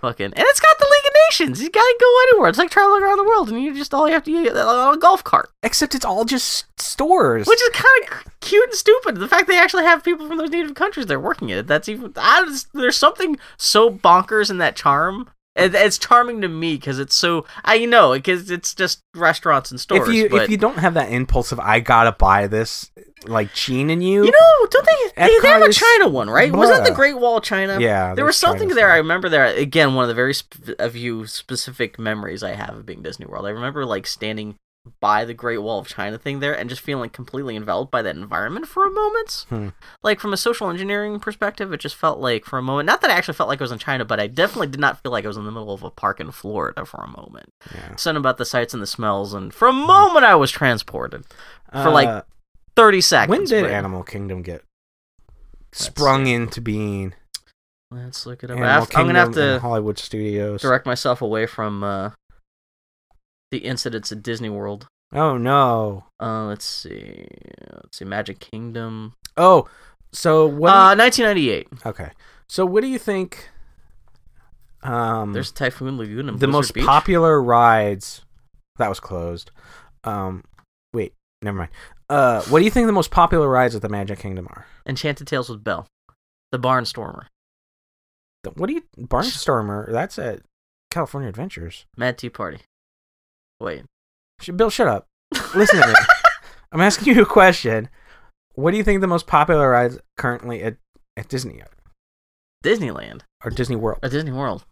S2: fucking, and it's got the League of Nations. You gotta go anywhere. It's like traveling around the world, and you just all you have to get on a golf cart.
S1: Except it's all just stores.
S2: which is kind of cute and stupid. The fact they actually have people from those native countries there working it. That's even I just, there's something so bonkers in that charm. It, it's charming to me because it's so I know because it's just restaurants and stores.
S1: if you
S2: but
S1: if you don't have that impulse of I gotta buy this, like Sheen and you.
S2: You know, don't they? They, they have a
S1: Epcot is
S2: China one, right? Was that the
S1: bleh.
S2: Great Wall of China?
S1: yeah,
S2: There
S1: there's
S2: was something
S1: China
S2: there. I
S1: stuff.
S2: remember there again. One of the very sp- a few specific memories I have of being Disney World. I remember like standing by the Great Wall of China thing there and just feeling completely enveloped by that environment for a moment.
S1: Hmm.
S2: Like from a social engineering perspective, it just felt like for a moment. Not that I actually felt like I was in China, but I definitely did not feel like I was in the middle of a park in Florida for a moment.
S1: Yeah.
S2: Something about the sights and the smells, and for a moment I was transported. for, like,
S1: Uh,
S2: Thirty seconds.
S1: when did
S2: but-
S1: Animal Kingdom get sprung into being?
S2: Let's look it up. I
S1: Animal
S2: have- I'm gonna have
S1: Kingdom and
S2: to
S1: Hollywood Studios.
S2: direct myself away from uh, the incidents at Disney World.
S1: Oh no!
S2: Uh, let's see. Let's see. Magic Kingdom.
S1: Oh, so what?
S2: uh, 1998.
S1: okay, so what do you think? Um,
S2: There's Typhoon Lagoon and
S1: the
S2: Blizzard
S1: most
S2: Beach.
S1: popular rides that was closed. Um, wait, never mind. Uh, what do you think the most popular rides at the Magic Kingdom are?
S2: Enchanted Tales with Belle. The Barnstormer.
S1: The- What do you Barnstormer? That's at California Adventures.
S2: Mad Tea Party.
S1: *laughs*
S2: Wait.
S1: Sh- Bill, shut
S2: *laughs*
S1: up. Listen to me. I'm asking you a question. What do you think the most popular rides currently at at Disney are,
S2: Disneyland.
S1: or Disney World?
S2: Or Disney World.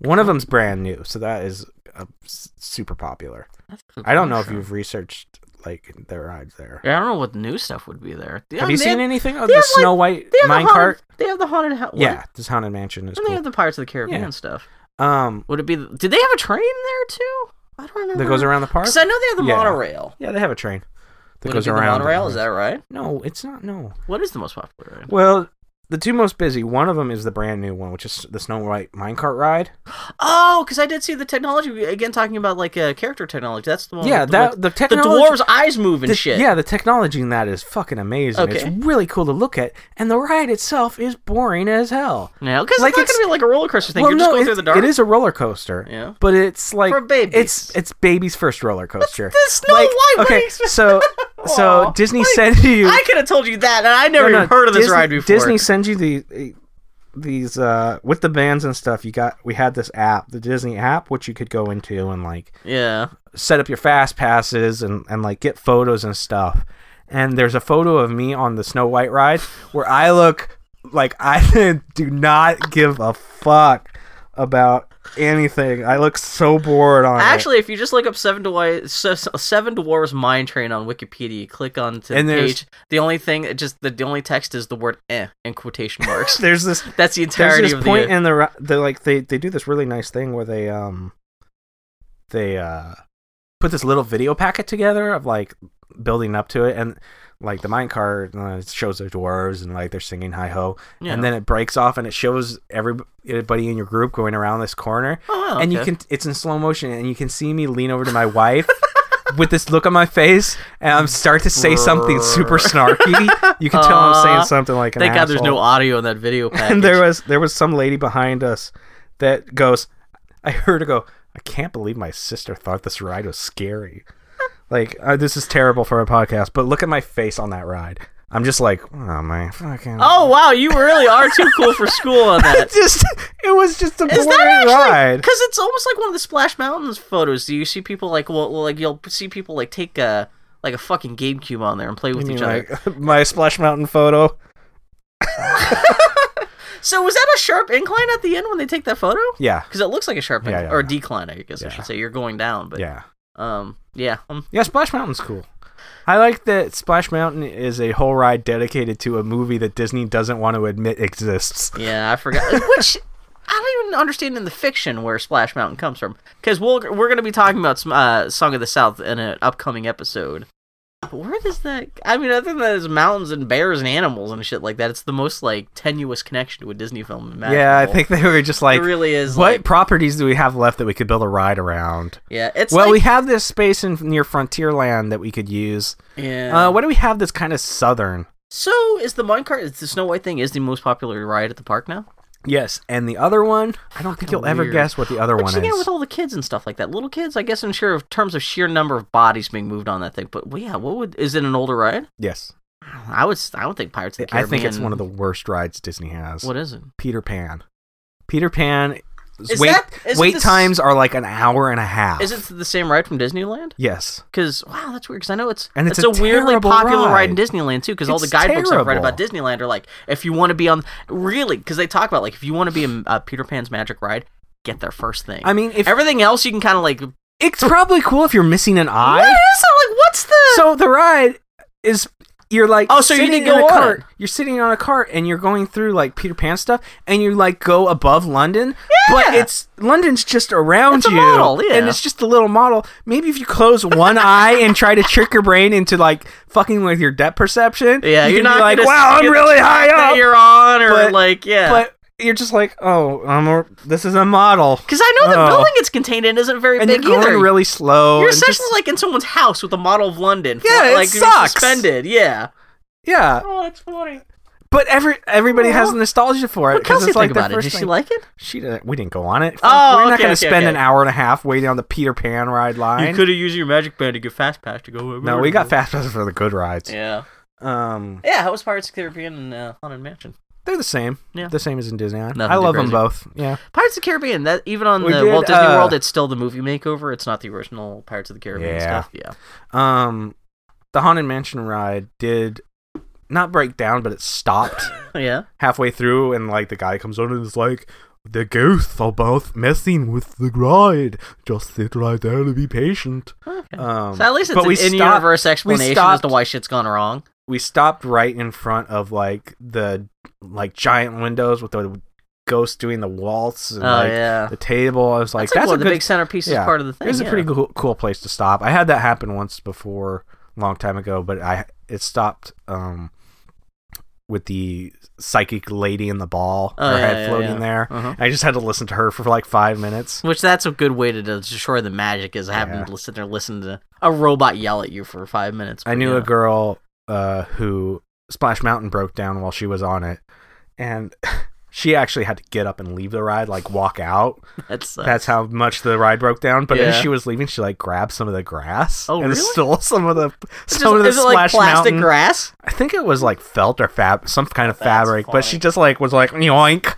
S1: One of them's brand new, so that is uh, s- super popular. I don't know if you've researched like their rides there.
S2: Yeah, I don't know what new stuff would be there.
S1: Have you seen
S2: it?
S1: anything of
S2: they
S1: the
S2: have, like-
S1: Snow White
S2: They have the
S1: minecart?
S2: haunted, They have the haunted house.
S1: Yeah, this haunted mansion is
S2: And they
S1: cool.
S2: have the Pirates of the Caribbean
S1: Yeah.
S2: stuff.
S1: Um,
S2: Would it be? Did they have a train there too? I don't remember.
S1: that goes around the park.
S2: Because I know they have the
S1: Yeah.
S2: monorail.
S1: Yeah, they have a train that
S2: Would it
S1: goes
S2: be the
S1: around.
S2: monorail? Is that right?
S1: No, it's not. No.
S2: What is the most popular? ride?
S1: Well, the two most busy. One of them is the brand new one, which is the Snow White minecart ride.
S2: Oh, because I did see the technology again. Talking about like uh, character technology. That's the one.
S1: yeah,
S2: with the,
S1: that
S2: with
S1: the
S2: the
S1: technology.
S2: dwarves' eyes move and
S1: the-
S2: shit.
S1: Yeah, the technology in that is fucking amazing.
S2: Okay.
S1: It's really cool to look at, and the ride itself is boring as hell.
S2: No, because
S1: Like,
S2: it's not
S1: it's-
S2: going to be like a roller coaster thing.
S1: well,
S2: You're
S1: no,
S2: just going
S1: it-
S2: through the dark.
S1: it is a roller coaster.
S2: Yeah.
S1: but it's like
S2: For babies.
S1: It's it's baby's first roller coaster.
S2: This Snow White. what do you
S1: okay,
S2: expect? *laughs*
S1: so so
S2: Aw,
S1: Disney
S2: like,
S1: sends you.
S2: I could have told you that, and I never
S1: no, no,
S2: even heard of this
S1: Disney-
S2: ride before.
S1: Disney sends you the these uh with the bands and stuff. You got we had this app, the Disney app, which you could go into and like
S2: Yeah.
S1: set up your fast passes and and like get photos and stuff. And there's a photo of me on the Snow White ride where I look like I *laughs* do not give a fuck about anything. I look so bored on it.
S2: Actually, if you just look up Seven Dwarves, Seven Dwarves Mine Train on Wikipedia, click onto
S1: And
S2: the
S1: there's-
S2: page. The only thing, it just the, the only text is the word "eh" in
S1: *laughs*
S2: quotation marks.
S1: there's this
S2: That's the
S1: there's
S2: entirety
S1: this
S2: of
S1: point
S2: the. uh,
S1: in the ri- they like they they do this really nice thing where they um they uh put this little video packet together of like building up to it and like the minecart uh, it shows the dwarves and like they're singing hi ho
S2: Yeah.
S1: and then it breaks off and it shows every everybody in your group going around this corner
S2: Oh, wow,
S1: and you
S2: okay.
S1: can it's in slow motion and you can see me lean over to my wife *laughs* with this look on my face and i'm start to say something super snarky you can tell i'm saying
S2: Aw.
S1: something like an
S2: Thank God there's
S1: asshole
S2: no audio in that video
S1: *laughs*
S2: package.
S1: and there was there was some lady behind us that goes i heard her go i can't believe my sister thought this ride was
S2: *laughs*
S1: scary like uh, this is terrible for a podcast but look at my face on that ride i'm just like oh my fucking *laughs*
S2: oh wow, you really are too cool for school on that.
S1: just it was just a
S2: Is
S1: boring
S2: that actually?
S1: ride
S2: Because it's almost like one of the Splash Mountains photos. Do you see people like well, like you'll see people like take a like a fucking GameCube on there and play
S1: I
S2: with
S1: mean,
S2: each other.
S1: like, *laughs* my splash mountain photo
S2: So was that a sharp incline at the end when they take that photo?
S1: yeah
S2: Because it looks like a sharp
S1: Yeah,
S2: incline,
S1: yeah,
S2: or
S1: yeah.
S2: decline, I guess I
S1: Yeah.
S2: should say. You're going down, but
S1: yeah
S2: um, yeah, um,
S1: yeah splash mountain's cool I like that Splash Mountain is a whole ride dedicated to a movie that Disney doesn't want to admit exists.
S2: yeah, I forgot. *laughs* Which I don't even understand in the fiction where Splash Mountain comes from, because we'll we're gonna be talking about some, uh, Song of the South in an upcoming episode. But where does that? I mean, other than that, it's mountains and bears and animals and shit like that. It's the most like tenuous connection to a Disney film. Imaginable.
S1: Yeah, I think they were just
S2: it
S1: like,
S2: really is.
S1: what
S2: like-
S1: properties do we have left that we could build a ride around?
S2: yeah, it's
S1: well, we
S2: like,
S1: have this space in near Frontierland that we could use.
S2: yeah.
S1: Uh, what do we have that's kind of southern?
S2: so is the minecart? Is the Snow White thing is the most popular ride at the park now?
S1: Yes, and the other one, I don't think you'll ever
S2: Weird.
S1: guess what the other
S2: But
S1: one
S2: you get
S1: is.
S2: with all the kids and stuff like that. Little kids, I guess, in sheer terms of sheer number of bodies being moved on that thing. But well, yeah, what would is it an older ride?
S1: yes,
S2: I would. I don't think Pirates of the
S1: I
S2: Caribbean.
S1: think it's one of the worst rides Disney has.
S2: What is it?
S1: Peter Pan. Peter Pan
S2: Is
S1: wait
S2: that- is it
S1: wait
S2: this-
S1: times are like an hour and a half.
S2: Is it the same ride from Disneyland?
S1: Yes.
S2: Because wow, that's weird. Because I know it's
S1: And
S2: it's,
S1: it's a
S2: a, weirdly
S1: terrible
S2: popular ride. in
S1: ride.
S2: Disneyland too. Because all the
S1: It's
S2: guidebooks I've read
S1: terrible.
S2: about Disneyland are like, if you want to be on really, because they talk about like if you want to be in uh, Peter Pan's Magic Ride, get there first thing.
S1: I mean, if
S2: everything else you can kind of like.
S1: it's probably cool if you're missing an
S2: what
S1: eye.
S2: is it? Like what's the?
S1: So the ride is you're like
S2: Oh, so you
S1: sitting
S2: didn't go
S1: in a
S2: on
S1: cart.
S2: it.
S1: You're sitting on a cart and you're going through like Peter Pan stuff, and you like go above London, but
S2: Yeah.
S1: it's London's just around
S2: It's a
S1: you,
S2: model, yeah.
S1: and it's just a little model. Maybe if you close
S2: *laughs*
S1: one eye and try to trick your brain into like fucking with your depth perception,
S2: yeah,
S1: you
S2: you're
S1: can
S2: not
S1: be like,
S2: gonna
S1: wow, I'm
S2: skip
S1: really
S2: the track
S1: high
S2: that
S1: up,
S2: You're on or
S1: But-
S2: like yeah.
S1: but you're just like, oh, I'm a, this is a model,
S2: Because I know the
S1: Oh.
S2: building it's contained in isn't very
S1: and you're
S2: big
S1: going
S2: either.
S1: really slow.
S2: you're
S1: and
S2: essentially
S1: just-
S2: like in someone's house with a model of London. fl-
S1: Yeah, it
S2: like you're
S1: sucks.
S2: Suspended. Yeah.
S1: yeah,
S2: Oh, that's funny.
S1: but every everybody has
S2: Well,
S1: nostalgia for it
S2: What Kelsey
S1: it's like
S2: think
S1: the
S2: about it?
S1: first
S2: Did she
S1: thing-
S2: like it?
S1: She didn't, we didn't go on it.
S2: Oh,
S1: we're not
S2: okay,
S1: going to
S2: okay,
S1: spend
S2: okay.
S1: an hour and a half waiting on the Peter Pan ride line.
S2: have used your magic band to get fast pass to go.
S1: no, we got fast passes for the good rides.
S2: Yeah.
S1: Um,
S2: Yeah. How was Pirates of the Caribbean and uh, Haunted Mansion?
S1: they're the same.
S2: Yeah.
S1: the same as in Disneyland.
S2: Nothing
S1: I
S2: too
S1: love them
S2: crazy.
S1: both. Yeah,
S2: Pirates of the Caribbean. That even on
S1: We
S2: the
S1: did,
S2: Walt Disney
S1: uh,
S2: World, it's still the movie makeover. It's not the original Pirates of the Caribbean
S1: Yeah.
S2: stuff. Yeah. *laughs*
S1: um, the Haunted Mansion ride did not break down, but it
S2: *laughs*
S1: stopped
S2: Yeah.
S1: halfway through, and like the guy comes on and is like. The ghosts are both messing with the ride. Just sit right there and be patient.
S2: Okay.
S1: Um,
S2: so at least it's
S1: but
S2: an
S1: we stopped-
S2: in-universe explanation as
S1: stopped-
S2: to why shit's gone wrong.
S1: we stopped right in front of like the like giant windows with the ghost doing the waltz
S2: Oh
S1: and like
S2: yeah.
S1: the table. I was like,
S2: That's,
S1: that's,
S2: one
S1: a
S2: of the
S1: good.
S2: big centerpieces
S1: yeah.
S2: part of the thing.
S1: it was
S2: yeah.
S1: a pretty cool, cool place to stop. I had that happen once before, a long time ago, but I it stopped um with the psychic lady in the ball,
S2: Oh,
S1: her
S2: yeah,
S1: head
S2: yeah,
S1: floating
S2: yeah.
S1: there.
S2: Uh-huh.
S1: I just had to listen to her for like five minutes.
S2: Which that's a good way to destroy the magic is having
S1: Yeah.
S2: to sit there and listen to a robot yell at you for five minutes.
S1: I
S2: but
S1: knew
S2: yeah.
S1: a girl uh, who Splash Mountain broke down while she was on it, and *laughs* she actually had to get up and leave the ride, like walk out.
S2: *laughs* That's uh,
S1: That's how much the ride broke down. But as
S2: Yeah.
S1: she was leaving, she like grabbed some of the grass
S2: Oh,
S1: and
S2: really?
S1: stole some of the
S2: Is
S1: some
S2: it-
S1: of the
S2: is it like
S1: Splash
S2: plastic
S1: Mountain.
S2: grass?
S1: I think it was like felt or fab, some kind of
S2: That's
S1: fabric. But she
S2: funny.
S1: just like was like yoink.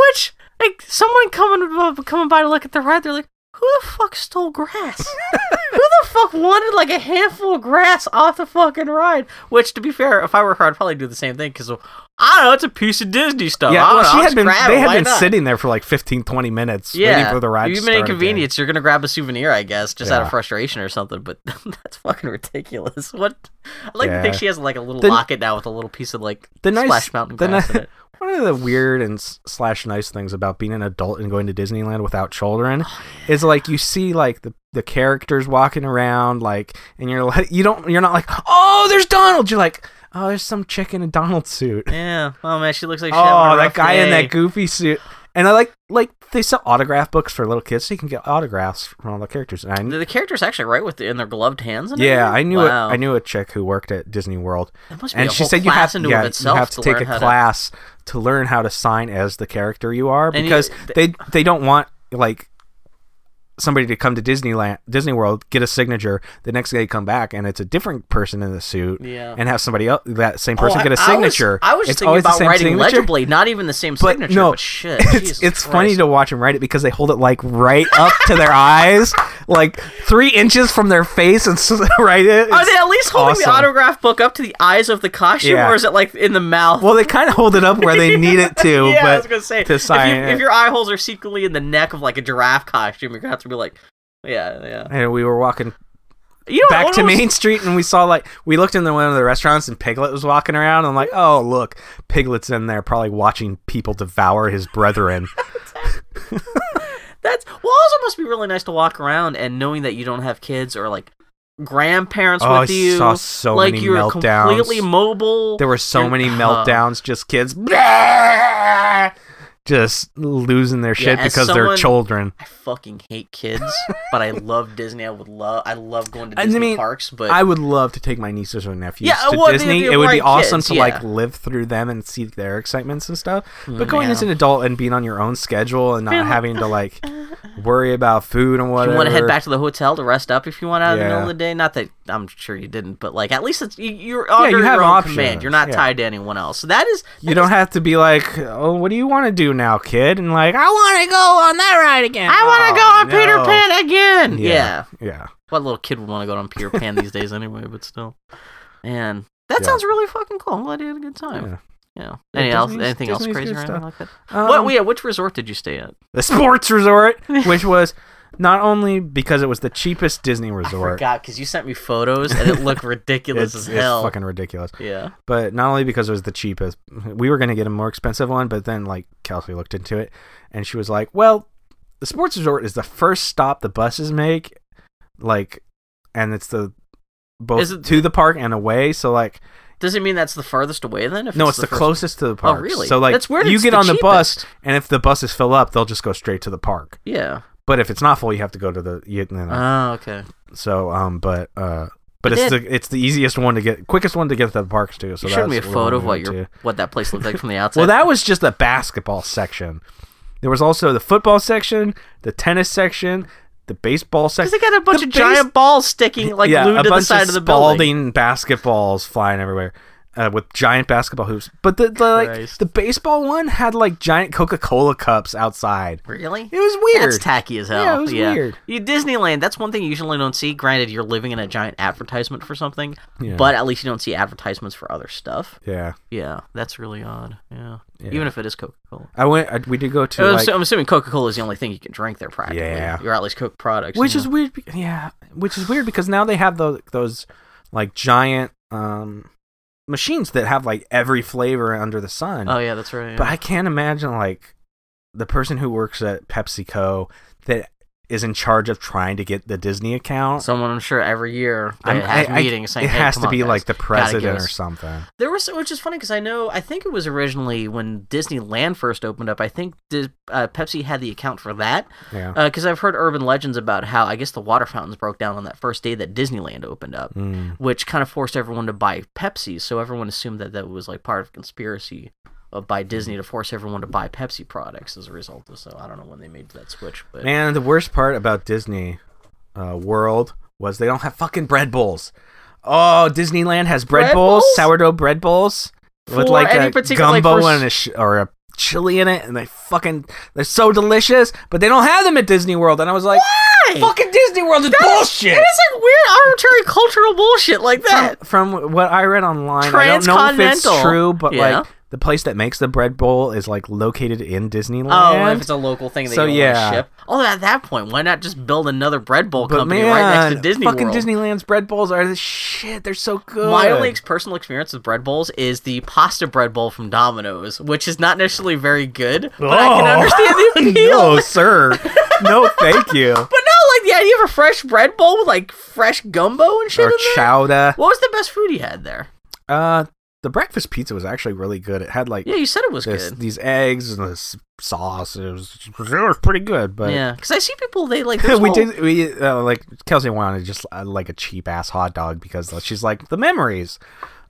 S2: Which like someone coming uh, coming by to look at the ride, they're like, "Who the fuck
S1: *laughs*
S2: stole grass? Who the fuck wanted like a handful of grass off the fucking ride?" Which, to be fair, if I were her, I'd probably do the same thing because I don't know, it's a piece of Disney stuff.
S1: yeah,
S2: I
S1: well,
S2: don't know,
S1: she
S2: I'll
S1: had
S2: just
S1: been.
S2: grab it,
S1: They had
S2: why
S1: been
S2: not?
S1: sitting there for like 15, 20 minutes waiting for the ride.
S2: You've
S1: to
S2: been
S1: start again.
S2: inconvenienced. You're gonna grab a souvenir, I guess, just out
S1: Yeah.
S2: of frustration or something. But *laughs* that's fucking ridiculous. *laughs* What? I like to think
S1: Yeah.
S2: she has like a little
S1: The-
S2: locket now with a little piece of like
S1: the nice-
S2: splash mountain
S1: the
S2: grass
S1: ni-
S2: in it.
S1: *laughs* One of the weird and s- slash nice things about being an adult and going to Disneyland without children
S2: Oh,
S1: is like you see like the, the characters walking around like and you're like *laughs* you don't you're not like oh there's Donald you're like oh there's some chick in a Donald suit
S2: Yeah. Oh man, she looks like she had
S1: *laughs* oh
S2: a
S1: that
S2: rough
S1: guy in
S2: day.
S1: that goofy suit and I like like they sell autograph books for little kids so you can get autographs from all the characters and I
S2: The, the character's actually right with the, in their gloved hands. And
S1: yeah I
S2: everything?
S1: knew
S2: wow.
S1: a, I knew a chick who worked at Disney World
S2: That must be
S1: and
S2: a
S1: she
S2: whole
S1: said you have,
S2: class into
S1: yeah,
S2: of itself
S1: you have to, take
S2: learn
S1: a
S2: how
S1: class to learn how to sign as the character you are
S2: you-
S1: because they they don't want like somebody to come to Disneyland Disney World get a signature the next day come back and it's a different person in the suit
S2: Yeah.
S1: and have somebody else that same person
S2: Oh, I-
S1: get a
S2: I was-
S1: signature
S2: I was,
S1: it's
S2: thinking
S1: always the
S2: about
S1: same
S2: writing
S1: signature *laughs*
S2: legibly, not even the same
S1: but
S2: signature.
S1: no
S2: but
S1: *laughs*
S2: shit,
S1: it's,
S2: Jesus
S1: it's funny
S2: Christ.
S1: to watch them write it because they hold it like right up to their *laughs* eyes like three inches from their face and so they *laughs* write it
S2: Are
S1: It's
S2: they at least holding the
S1: awesome.
S2: autograph book up to the eyes of the costume,
S1: Yeah.
S2: or is it like in the mouth?
S1: well they kind of hold it up where they need
S2: *laughs*
S1: it to
S2: yeah,
S1: but
S2: I was gonna say
S1: to
S2: if,
S1: sign
S2: you,
S1: it.
S2: if your eye holes are secretly in the neck of like a giraffe costume, you're gonna have to be like, yeah, yeah.
S1: and we were
S2: *laughs*
S1: walking
S2: You know,
S1: back
S2: what
S1: to
S2: was-
S1: Main Street, and we saw like we looked in the one of the restaurants, and Piglet was walking around. And I'm like, oh look, Piglet's in there, probably watching people devour his brethren.
S2: That's well, also must be really nice to walk around and knowing that you don't have kids or like grandparents
S1: Oh, I
S2: with you.
S1: saw so
S2: like
S1: many
S2: you're
S1: meltdowns.
S2: completely mobile.
S1: there were so
S2: You're-
S1: many
S2: Huh.
S1: meltdowns, just kids *laughs* just losing their shit
S2: Yeah, as
S1: because they're
S2: someone-
S1: children.
S2: I fucking hate kids,
S1: *laughs*
S2: but I love Disney. I would love. I love going to
S1: I
S2: Disney
S1: mean,
S2: parks, but
S1: I would love to take my nieces or nephews
S2: Yeah,
S1: to
S2: well, they-
S1: Disney.
S2: they're
S1: It would be
S2: right
S1: awesome
S2: kids,
S1: to
S2: yeah. Mm,
S1: like live through them and see their excitements and stuff. But going
S2: yeah.
S1: as an adult and being on your own schedule and not
S2: *laughs* Being like,
S1: having to like
S2: uh,
S1: worry about food and
S2: If
S1: whatever.
S2: you want to head back to the hotel to rest up if you want out in the middle
S1: Yeah.
S2: of the day. Not that I'm sure you didn't, but like at least it's, you, you're
S1: you
S2: under
S1: have
S2: your own
S1: options,
S2: command. You're not
S1: yeah.
S2: tied to anyone else. So that is
S1: You
S2: *laughs*
S1: don't have to be like, oh, what do you want to do now, kid? And like, I want to go on that ride again.
S2: I want to go on Peter Pan again.
S1: oh, Yeah.
S2: Yeah.
S1: Yeah.
S2: What little kid would want to go on Peter Pan these days anyway? But still, man, that
S1: Yeah.
S2: sounds really fucking cool. I'm glad you had a good time. Yeah.
S1: Yeah,
S2: Any else,
S1: Disney's-
S2: anything else
S1: Disney's
S2: crazy
S1: good
S2: or anything
S1: stuff.
S2: like that?
S1: Um,
S2: what? Yeah. Which resort did you stay at?
S1: the sports resort, which was not only because it was the cheapest Disney
S2: *laughs* I
S1: resort.
S2: forgot because you sent me photos and it
S1: *laughs*
S2: looked
S1: It's,
S2: ridiculous as
S1: it's
S2: hell.
S1: fucking ridiculous.
S2: yeah.
S1: But not only because it was the cheapest, we were going to get a more expensive one, but then like Kelsey looked into it and she was like, well, the sports resort is the first stop the buses make, like, and it's the both
S2: Is it-
S1: to the park and away. So like,
S2: Does it mean that's the farthest away then? If
S1: no, it's the,
S2: first- Oh,
S1: closest to the park.
S2: really?
S1: So like,
S2: That's weird,
S1: you
S2: it's
S1: get
S2: the
S1: on the bus,
S2: cheapest.
S1: and if the buses fill up, they'll just go straight to the park.
S2: Yeah.
S1: But if it's not full, you have to go to the. You, you know,
S2: Oh, okay.
S1: so um, but uh,
S2: But
S1: but it's
S2: then-
S1: the it's the easiest one to get, quickest one to get to the parks to. So
S2: you showed me a
S1: that's what
S2: photo of
S1: we
S2: what
S1: went
S2: your
S1: to.
S2: what that place looked like from the
S1: *laughs*
S2: outside.
S1: Well, that was just the basketball section. There was also the football section, the tennis section, the baseball
S2: because
S1: section.
S2: they got a bunch
S1: the
S2: of
S1: base-
S2: giant balls sticking like
S1: yeah,
S2: glued
S1: a
S2: to the
S1: bunch
S2: side
S1: of
S2: of the
S1: Spalding
S2: building.
S1: basketballs flying everywhere. Uh, with giant basketball hoops, but the, the like
S2: Christ.
S1: the baseball one had like giant Coca Cola cups outside.
S2: Really?
S1: It was weird.
S2: That's tacky as hell.
S1: Yeah, it was weird.
S2: You, Disneyland, that's one thing you usually don't see. Granted, you're living in a giant advertisement for something,
S1: Yeah.
S2: but at least you don't see advertisements for other stuff.
S1: yeah,
S2: Yeah, that's really odd. Yeah.
S1: Yeah.
S2: Even if it is Coca Cola.
S1: I went. I, we did go to
S2: I'm,
S1: like,
S2: assu- I'm assuming Coca Cola is the only thing you can drink there practically.
S1: Yeah.
S2: Or at least Coke products.
S1: which
S2: yeah.
S1: is weird. be- Yeah, which is weird because now they have those those like giant um machines that have like every flavor under the sun.
S2: Oh, yeah, that's right. yeah.
S1: But I can't imagine like the person who works at PepsiCo that is in charge of trying to get the Disney account.
S2: Someone, I'm sure, every year they
S1: I'm-
S2: have
S1: I- I-
S2: meetings saying
S1: it
S2: "Hey,
S1: has
S2: come
S1: to
S2: on,
S1: be
S2: guys."
S1: like the president
S2: us-
S1: or something.
S2: There was, which is funny because I know, I think it was originally when Disneyland first opened up. I think Dis- uh, Pepsi had the account for that
S1: Yeah.
S2: because Uh, I've heard urban legends about how I guess the water fountains broke down on that first day that Disneyland opened up,
S1: Mm.
S2: which kind of forced everyone to buy Pepsi. So everyone assumed that that was like part of conspiracy uh, by Disney to force everyone to buy Pepsi products as a result. of So I don't know when they made that switch, but
S1: Man, the worst part about Disney uh, World was they don't have fucking bread bowls. Oh, Disneyland has bread,
S2: Bread
S1: bowls,
S2: bowls?
S1: sourdough bread bowls with
S2: For
S1: like
S2: any
S1: a
S2: particular- like,
S1: gumbo
S2: for s-
S1: and a sh- or a chili in it, and they fucking they're so delicious, but they don't have them at Disney World. And I was like,
S2: Why?
S1: fucking Disney World is bullshit.
S2: It is like weird arbitrary cultural bullshit like that.
S1: from, from what I read online, I don't know if it's
S2: Transcontinental.
S1: true, but
S2: Yeah.
S1: like the place that makes the bread bowl is like located in Disneyland.
S2: Oh, if it's a local thing that
S1: So,
S2: you don't
S1: yeah.
S2: want to ship. Although at that point, why not just build another bread bowl company right next to Disney
S1: fucking
S2: World?
S1: Disneyland's bread bowls are the shit. They're so good.
S2: My only ex- personal experience with bread bowls is the pasta bread bowl from Domino's, which is not necessarily very good, but I can
S1: Oh.
S2: understand
S1: *laughs*
S2: the appeal.
S1: no, sir.
S2: *laughs*
S1: No, thank you.
S2: But no, like the idea of a fresh bread bowl with like fresh gumbo and shit
S1: or
S2: in there.
S1: chowder.
S2: What was the best food you had there?
S1: Uh, the breakfast pizza was actually really good. It had like
S2: Yeah, you said it was
S1: this,
S2: good.
S1: these eggs and this sauce. It was, it was pretty good, but.
S2: yeah, because I see people they
S1: *laughs*
S2: like.
S1: we
S2: whole-
S1: did we uh, like Kelsey wanted just uh, like a cheap ass hot dog because she's like the memories,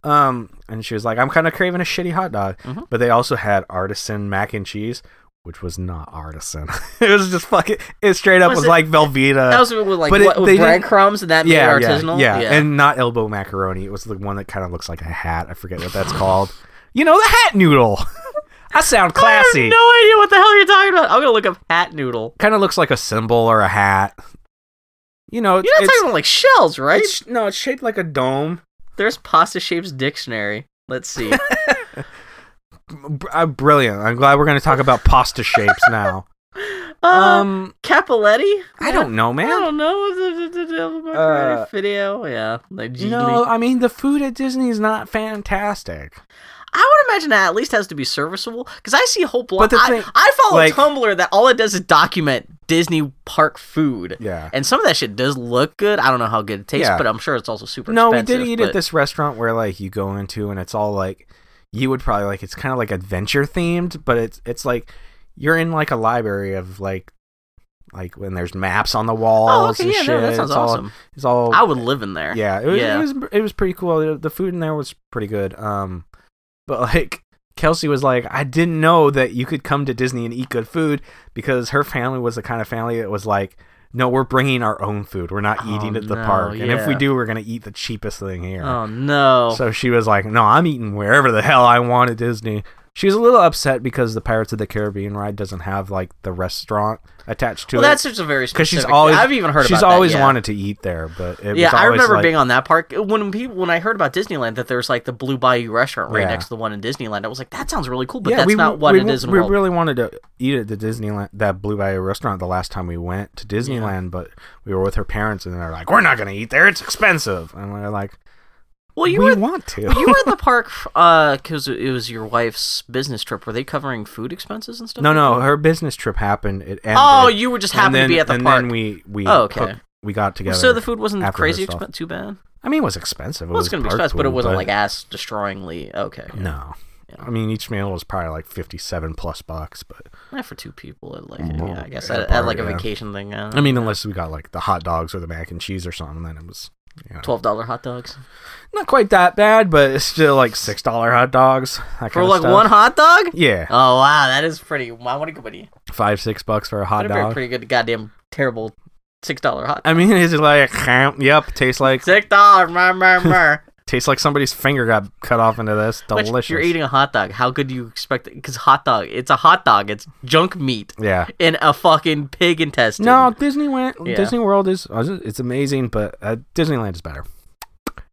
S1: um, and she was like I'm kind of craving a shitty hot dog,
S2: Mhm.
S1: but they also had artisan mac and cheese, which was not artisan. *laughs* it was just fucking it straight up
S2: Was
S1: was,
S2: it-
S1: like Velveeta,
S2: That was with
S1: uh,
S2: like
S1: But it-
S2: what, with
S1: they didn't-
S2: breadcrumbs and that made
S1: yeah,
S2: it artisanal.
S1: yeah, yeah, and not elbow macaroni. It was the one that kind of looks like a hat. I forget what that's called. You know the hat noodle. *laughs* I sound
S2: I
S1: classy.
S2: have no idea what the hell you're talking about. I'm gonna look up hat noodle.
S1: Kind of looks like a symbol or a hat. You know,
S2: You're not
S1: it's,
S2: talking about like shells, right?
S1: It's no, it's shaped like a dome.
S2: There's pasta shapes dictionary.
S1: *laughs*
S2: Let's see.
S1: Br- uh, brilliant. I'm glad we're going to talk about pasta shapes
S2: *laughs*
S1: now.
S2: um,
S1: Um,
S2: Capoletti.
S1: I don't know,
S2: I
S1: man.
S2: don't know.
S1: Uh,
S2: video. Yeah, like jiggly.
S1: No, E I mean the food at Disney is not fantastic.
S2: I would imagine that at least has to be serviceable because I see a whole blog.
S1: But the
S2: I,
S1: thing-
S2: I follow
S1: like-
S2: Tumblr that all it does is document Disney park food.
S1: Yeah.
S2: And some of that shit does look good. I don't know how good it tastes,
S1: Yeah.
S2: but I'm sure it's also super
S1: No, we
S2: expensive.
S1: did eat
S2: but-
S1: at this restaurant where like you go into and it's all like you would probably like it's kind of like adventure themed, but it's it's like you're in like a library of like like when there's maps on the walls
S2: Oh, okay,
S1: and
S2: yeah,
S1: shit.
S2: no, that sounds
S1: it's all,
S2: awesome.
S1: It's all
S2: I would live in there.
S1: Yeah, it was,
S2: Yeah.
S1: it was it was pretty cool. The- The food in there was pretty good. Um, but *laughs* like Kelsey was like, I didn't know that you could come to Disney and eat good food because her family was the kind of family that was like, no, we're bringing our own food. We're not
S2: Oh,
S1: eating at the
S2: no,
S1: park. And if we
S2: yeah.
S1: do, we're going to eat the cheapest thing here.
S2: Oh no.
S1: So she was like, no, I'm eating wherever the hell I want at Disney. She was a little upset because the Pirates of the Caribbean ride doesn't have like the restaurant attached to
S2: well,
S1: it.
S2: that's just a very
S1: because
S2: specific.
S1: she's always
S2: I've even heard
S1: she's
S2: about that,
S1: always
S2: yeah.
S1: wanted to eat there, but it
S2: Yeah,
S1: was
S2: I
S1: always
S2: remember
S1: like,
S2: being on that park when people when I heard about Disneyland that there's like the Blue Bayou restaurant right
S1: Yeah.
S2: next to the one in Disneyland. I was like, that sounds really cool, but
S1: yeah,
S2: that's
S1: we,
S2: not what
S1: we,
S2: it is in
S1: We
S2: Walt.
S1: really wanted to eat at the Disneyland that Blue Bayou restaurant the last time we went to Disneyland, but we were with her parents and they're like, "We're not going to eat there; it's expensive." And we're like,
S2: well, you
S1: "We
S2: were
S1: want to."
S2: you were at the park because it was your wife's business trip. Were they covering food expenses and
S1: *laughs*
S2: stuff?
S1: no,
S2: like
S1: no, her business trip happened. It ended.
S2: Oh, you were just
S1: and
S2: happy
S1: then,
S2: to be at the
S1: and
S2: park.
S1: then we we
S2: Oh, okay.
S1: cooked- we got together.
S2: so the food wasn't
S1: after
S2: crazy
S1: herself.
S2: expensive. Too bad.
S1: I mean, it was expensive. It
S2: Well,
S1: was
S2: it's going to be
S1: part
S2: expensive, but it
S1: food,
S2: wasn't like ass destroyingly. Okay. yeah.
S1: no.
S2: Yeah.
S1: I mean, each meal was probably like fifty-seven plus bucks, but
S2: Not for two people. I'd like,
S1: Mm,
S2: yeah, I guess
S1: at a
S2: at, at
S1: park,
S2: like a
S1: yeah.
S2: vacation thing. Uh,
S1: I mean, unless we got like the hot dogs or the mac and cheese or something, then it was you know,
S2: twelve dollar hot dogs
S1: not quite that bad, but it's still like six dollar hot dogs. That
S2: for
S1: kinda
S2: like
S1: stuff.
S2: one hot dog.
S1: yeah,
S2: Oh wow, that is pretty. Wow, what a company.
S1: five six bucks for a hot
S2: Oh. That'd be a
S1: dog.
S2: pretty good goddamn terrible six dollar hot.
S1: I mean, *laughs* it's like yep, tastes like
S2: Six dollar, mer mer
S1: *laughs*
S2: mer.
S1: tastes like somebody's finger got cut off into this.
S2: Which,
S1: Delicious.
S2: You're eating a hot dog. How could you expect? Because hot dog, it's a hot dog. It's junk meat *laughs*
S1: Yeah.
S2: in a fucking pig intestine.
S1: No, Disney went,
S2: Yeah.
S1: Disney World is oh, it's amazing, but uh, Disneyland is better.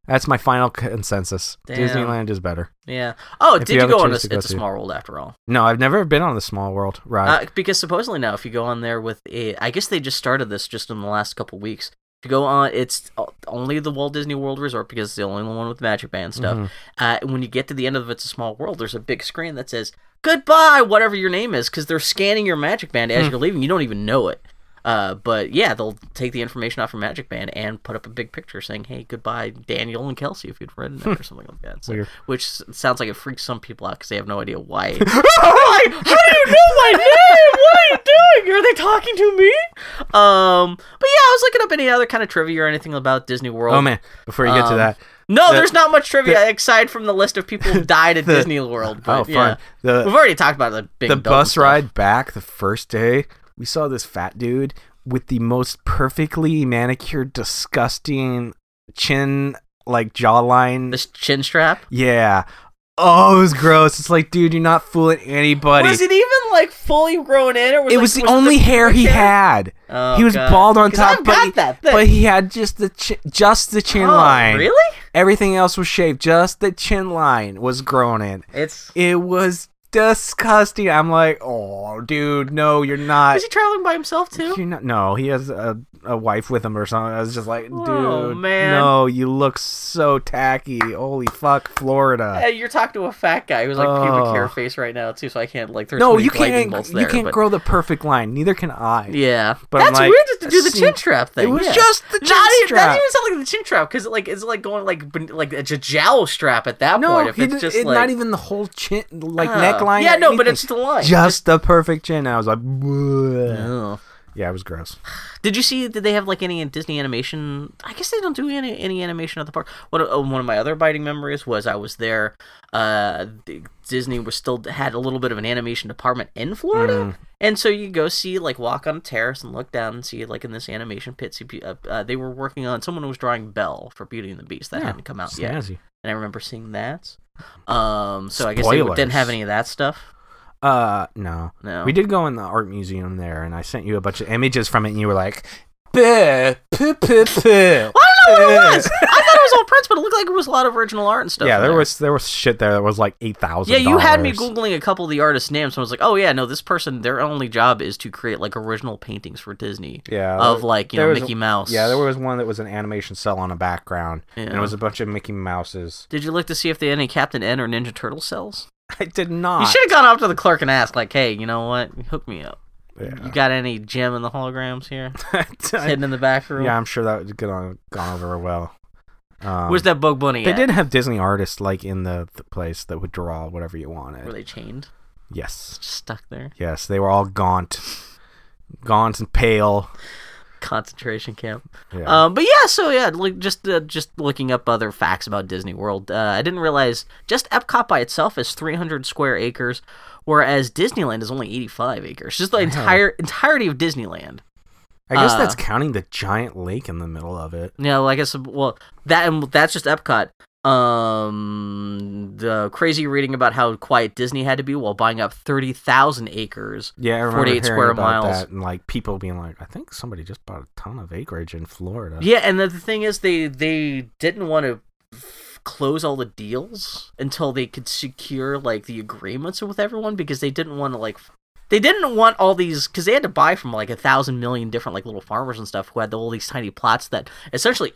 S1: That's my final consensus.
S2: Damn.
S1: Disneyland is better.
S2: Yeah. Oh,
S1: If
S2: did
S1: you
S2: you,
S1: have a
S2: go on a,
S1: choice to go
S2: It's a
S1: to.
S2: Small World after all?
S1: No, I've never been on the Small World ride.
S2: Uh, because supposedly now, if you go on there with a, I guess they just started this just in the last couple weeks. If you go on, it's o- only the Walt Disney World Resort because it's the only one with Magic Band stuff.
S1: Mhm.
S2: Uh, and when you get to the end of It's a Small World, there's a big screen that says goodbye, whatever your name is, because they're scanning your Magic Band as
S1: Hmm.
S2: you're leaving. You don't even know it. Uh, but yeah, they'll take the information off your Magic Band and put up a big picture saying, "Hey, goodbye, Daniel and Kelsey," if you'd written *laughs* it or something like that. So,
S1: Weird.
S2: which s- sounds like it freaks some people out because they have no idea why. *laughs* Why? How do you know my name? What are you doing? Are they talking to me? Um, but yeah, I was looking up any other kind of trivia or anything about Disney World.
S1: Oh man! Before you get to
S2: Um,
S1: that,
S2: No,
S1: The-
S2: there's not much trivia aside from the list of people who died *laughs* at
S1: The-
S2: Disney World. But,
S1: oh fun.
S2: Yeah.
S1: The
S2: We've already talked about the big
S1: the
S2: dumb
S1: bus
S2: stuff.
S1: ride back the first day, we saw this fat dude with the most perfectly manicured, disgusting chin, like jawline.
S2: the chin strap.
S1: yeah. Oh, it was gross. It's like, dude, you're not fooling anybody.
S2: Was it even like fully grown in, or was
S1: it was the only hair he had.
S2: Oh,
S1: he was
S2: God.
S1: bald on
S2: 'Cause
S1: top,
S2: I've
S1: but,
S2: got
S1: he,
S2: that thing.
S1: but he had just the chin, just the chin
S2: Oh,
S1: line.
S2: Really?
S1: Everything else was shaved. Just the chin line was grown in.
S2: It's
S1: It was disgusting. I'm like, oh, dude, no, you're not.
S2: was he traveling by himself too?
S1: You're not- no, he has a, a wife with him or something. I was just like, dude,
S2: Oh, man.
S1: no, you look so tacky. Holy fuck, Florida.
S2: Hey, Uh, you're talking to a fat guy who's like pubic
S1: Oh.
S2: hair face right now too, so I can't like. There's
S1: No,
S2: many
S1: you
S2: lightning
S1: can't.
S2: bolts
S1: you
S2: there,
S1: can't
S2: but-
S1: grow the perfect line. Neither can I.
S2: Yeah,
S1: But I'm
S2: that's
S1: like,
S2: weird just to do the
S1: see-
S2: chin strap thing.
S1: It was
S2: yeah.
S1: just the chin
S2: Not even, that
S1: strap.
S2: doesn't even sound like the chin strap because like it's like going like ben- like a j- jowl strap at that
S1: No,
S2: point. If
S1: he
S2: it's
S1: did-
S2: just
S1: it-
S2: like
S1: not even the whole chin, like
S2: uh,
S1: neckline.
S2: Yeah,
S1: or
S2: no, but
S1: anything.
S2: it's the line.
S1: just the perfect chin. I was like, "Bleh."
S2: Ugh.
S1: yeah, it was gross.
S2: Did you see? Did they have like any Disney animation? I guess they don't do any any animation at the park. What uh, one of my other biting memories was I was there. Uh, D- Disney was still had a little bit of an animation department in Florida,
S1: Mm.
S2: and so you go see like walk on a terrace and look down and see like in this animation pit. See, uh, uh, they were working on someone was drawing Belle for Beauty and the Beast that
S1: Yeah,
S2: hadn't come out yet,
S1: Snazzy.
S2: and I remember seeing that. Um, so I guess they
S1: Spoilers.
S2: didn't have any of that stuff.
S1: Uh, no.
S2: No,
S1: We did go in the art museum there, and I sent you a bunch of images from it, and you were like, "Bleh, puh, puh, puh."
S2: Well, I don't
S1: *laughs*
S2: know what it was. I thought it was all prints, but it looked like it was a lot of original art and stuff.
S1: Yeah,
S2: in
S1: there, was there was shit there that was like eight thousand.
S2: Yeah, you had me googling a couple of the artists' names, and I was like, "Oh yeah, no, this person, their only job is to create like original paintings for Disney
S1: Yeah,
S2: of like you
S1: there
S2: know
S1: was-
S2: Mickey Mouse."
S1: yeah, there was one that was an animation cell on a background, and
S2: Yeah.
S1: it was a bunch of Mickey Mouses. *laughs*
S2: Did you look to see if they had any Captain N or Ninja Turtle cells?
S1: I did not.
S2: You should have gone up to the clerk and asked, like, "Hey, you know what? Hook me up.
S1: Yeah.
S2: You got any gem in the holograms here
S1: *laughs* I-
S2: hidden in the back room?"
S1: yeah, I'm sure that would get on gone over well. Um,
S2: Where's that Bug Bunny?
S1: They
S2: at?
S1: did have Disney artists like in the, the place that would draw whatever you wanted.
S2: Were they chained?
S1: Yes,
S2: Just stuck there.
S1: yes, they were all gaunt, gaunt and pale.
S2: concentration camp.
S1: Yeah.
S2: Um, but yeah, so yeah, like just uh, just looking up other facts about Disney World. Uh, I didn't realize just Epcot by itself is 300 square acres, whereas Disneyland is only 85 acres. Just the
S1: Wow.
S2: entire entirety of Disneyland.
S1: I guess
S2: uh,
S1: that's counting the giant lake in the middle of it.
S2: Yeah, well, I guess well that and that's just Epcot. Um, the crazy reading about how quiet Disney had to be while buying up 30,000 acres.
S1: Yeah, I remember
S2: 48
S1: hearing
S2: square
S1: about
S2: miles.
S1: that and like people being like, I think somebody just bought a ton of acreage in Florida.
S2: Yeah, and the, the thing is, they they didn't want to f- close all the deals until they could secure like the agreements with everyone because they didn't want to like f- they didn't want all these because they had to buy from like a thousand million different like little farmers and stuff who had all these tiny plots that essentially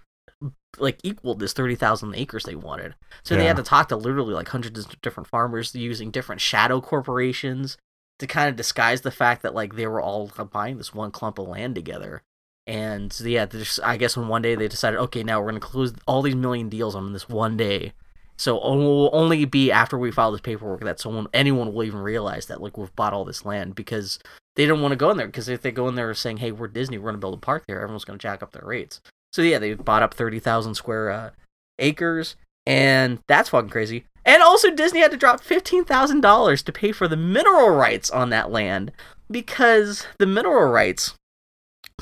S2: like equaled this 30,000 acres they wanted. So they
S1: Yeah.
S2: had to talk to literally like hundreds of different farmers using different shadow corporations to kind of disguise the fact that like they were all buying this one clump of land together. And so, yeah, there's- I guess when one day they decided, okay, now we're going to close all these million deals on this one day. So oh, it will only be after we file this paperwork that someone, anyone will even realize that like we've bought all this land because they don't want to go in there because if they go in there saying, hey, we're Disney, we're going to build a park there, everyone's going to jack up their rates. So yeah, they bought up thirty thousand square uh, acres, and that's fucking crazy. And also, Disney had to drop fifteen thousand dollars to pay for the mineral rights on that land because the mineral rights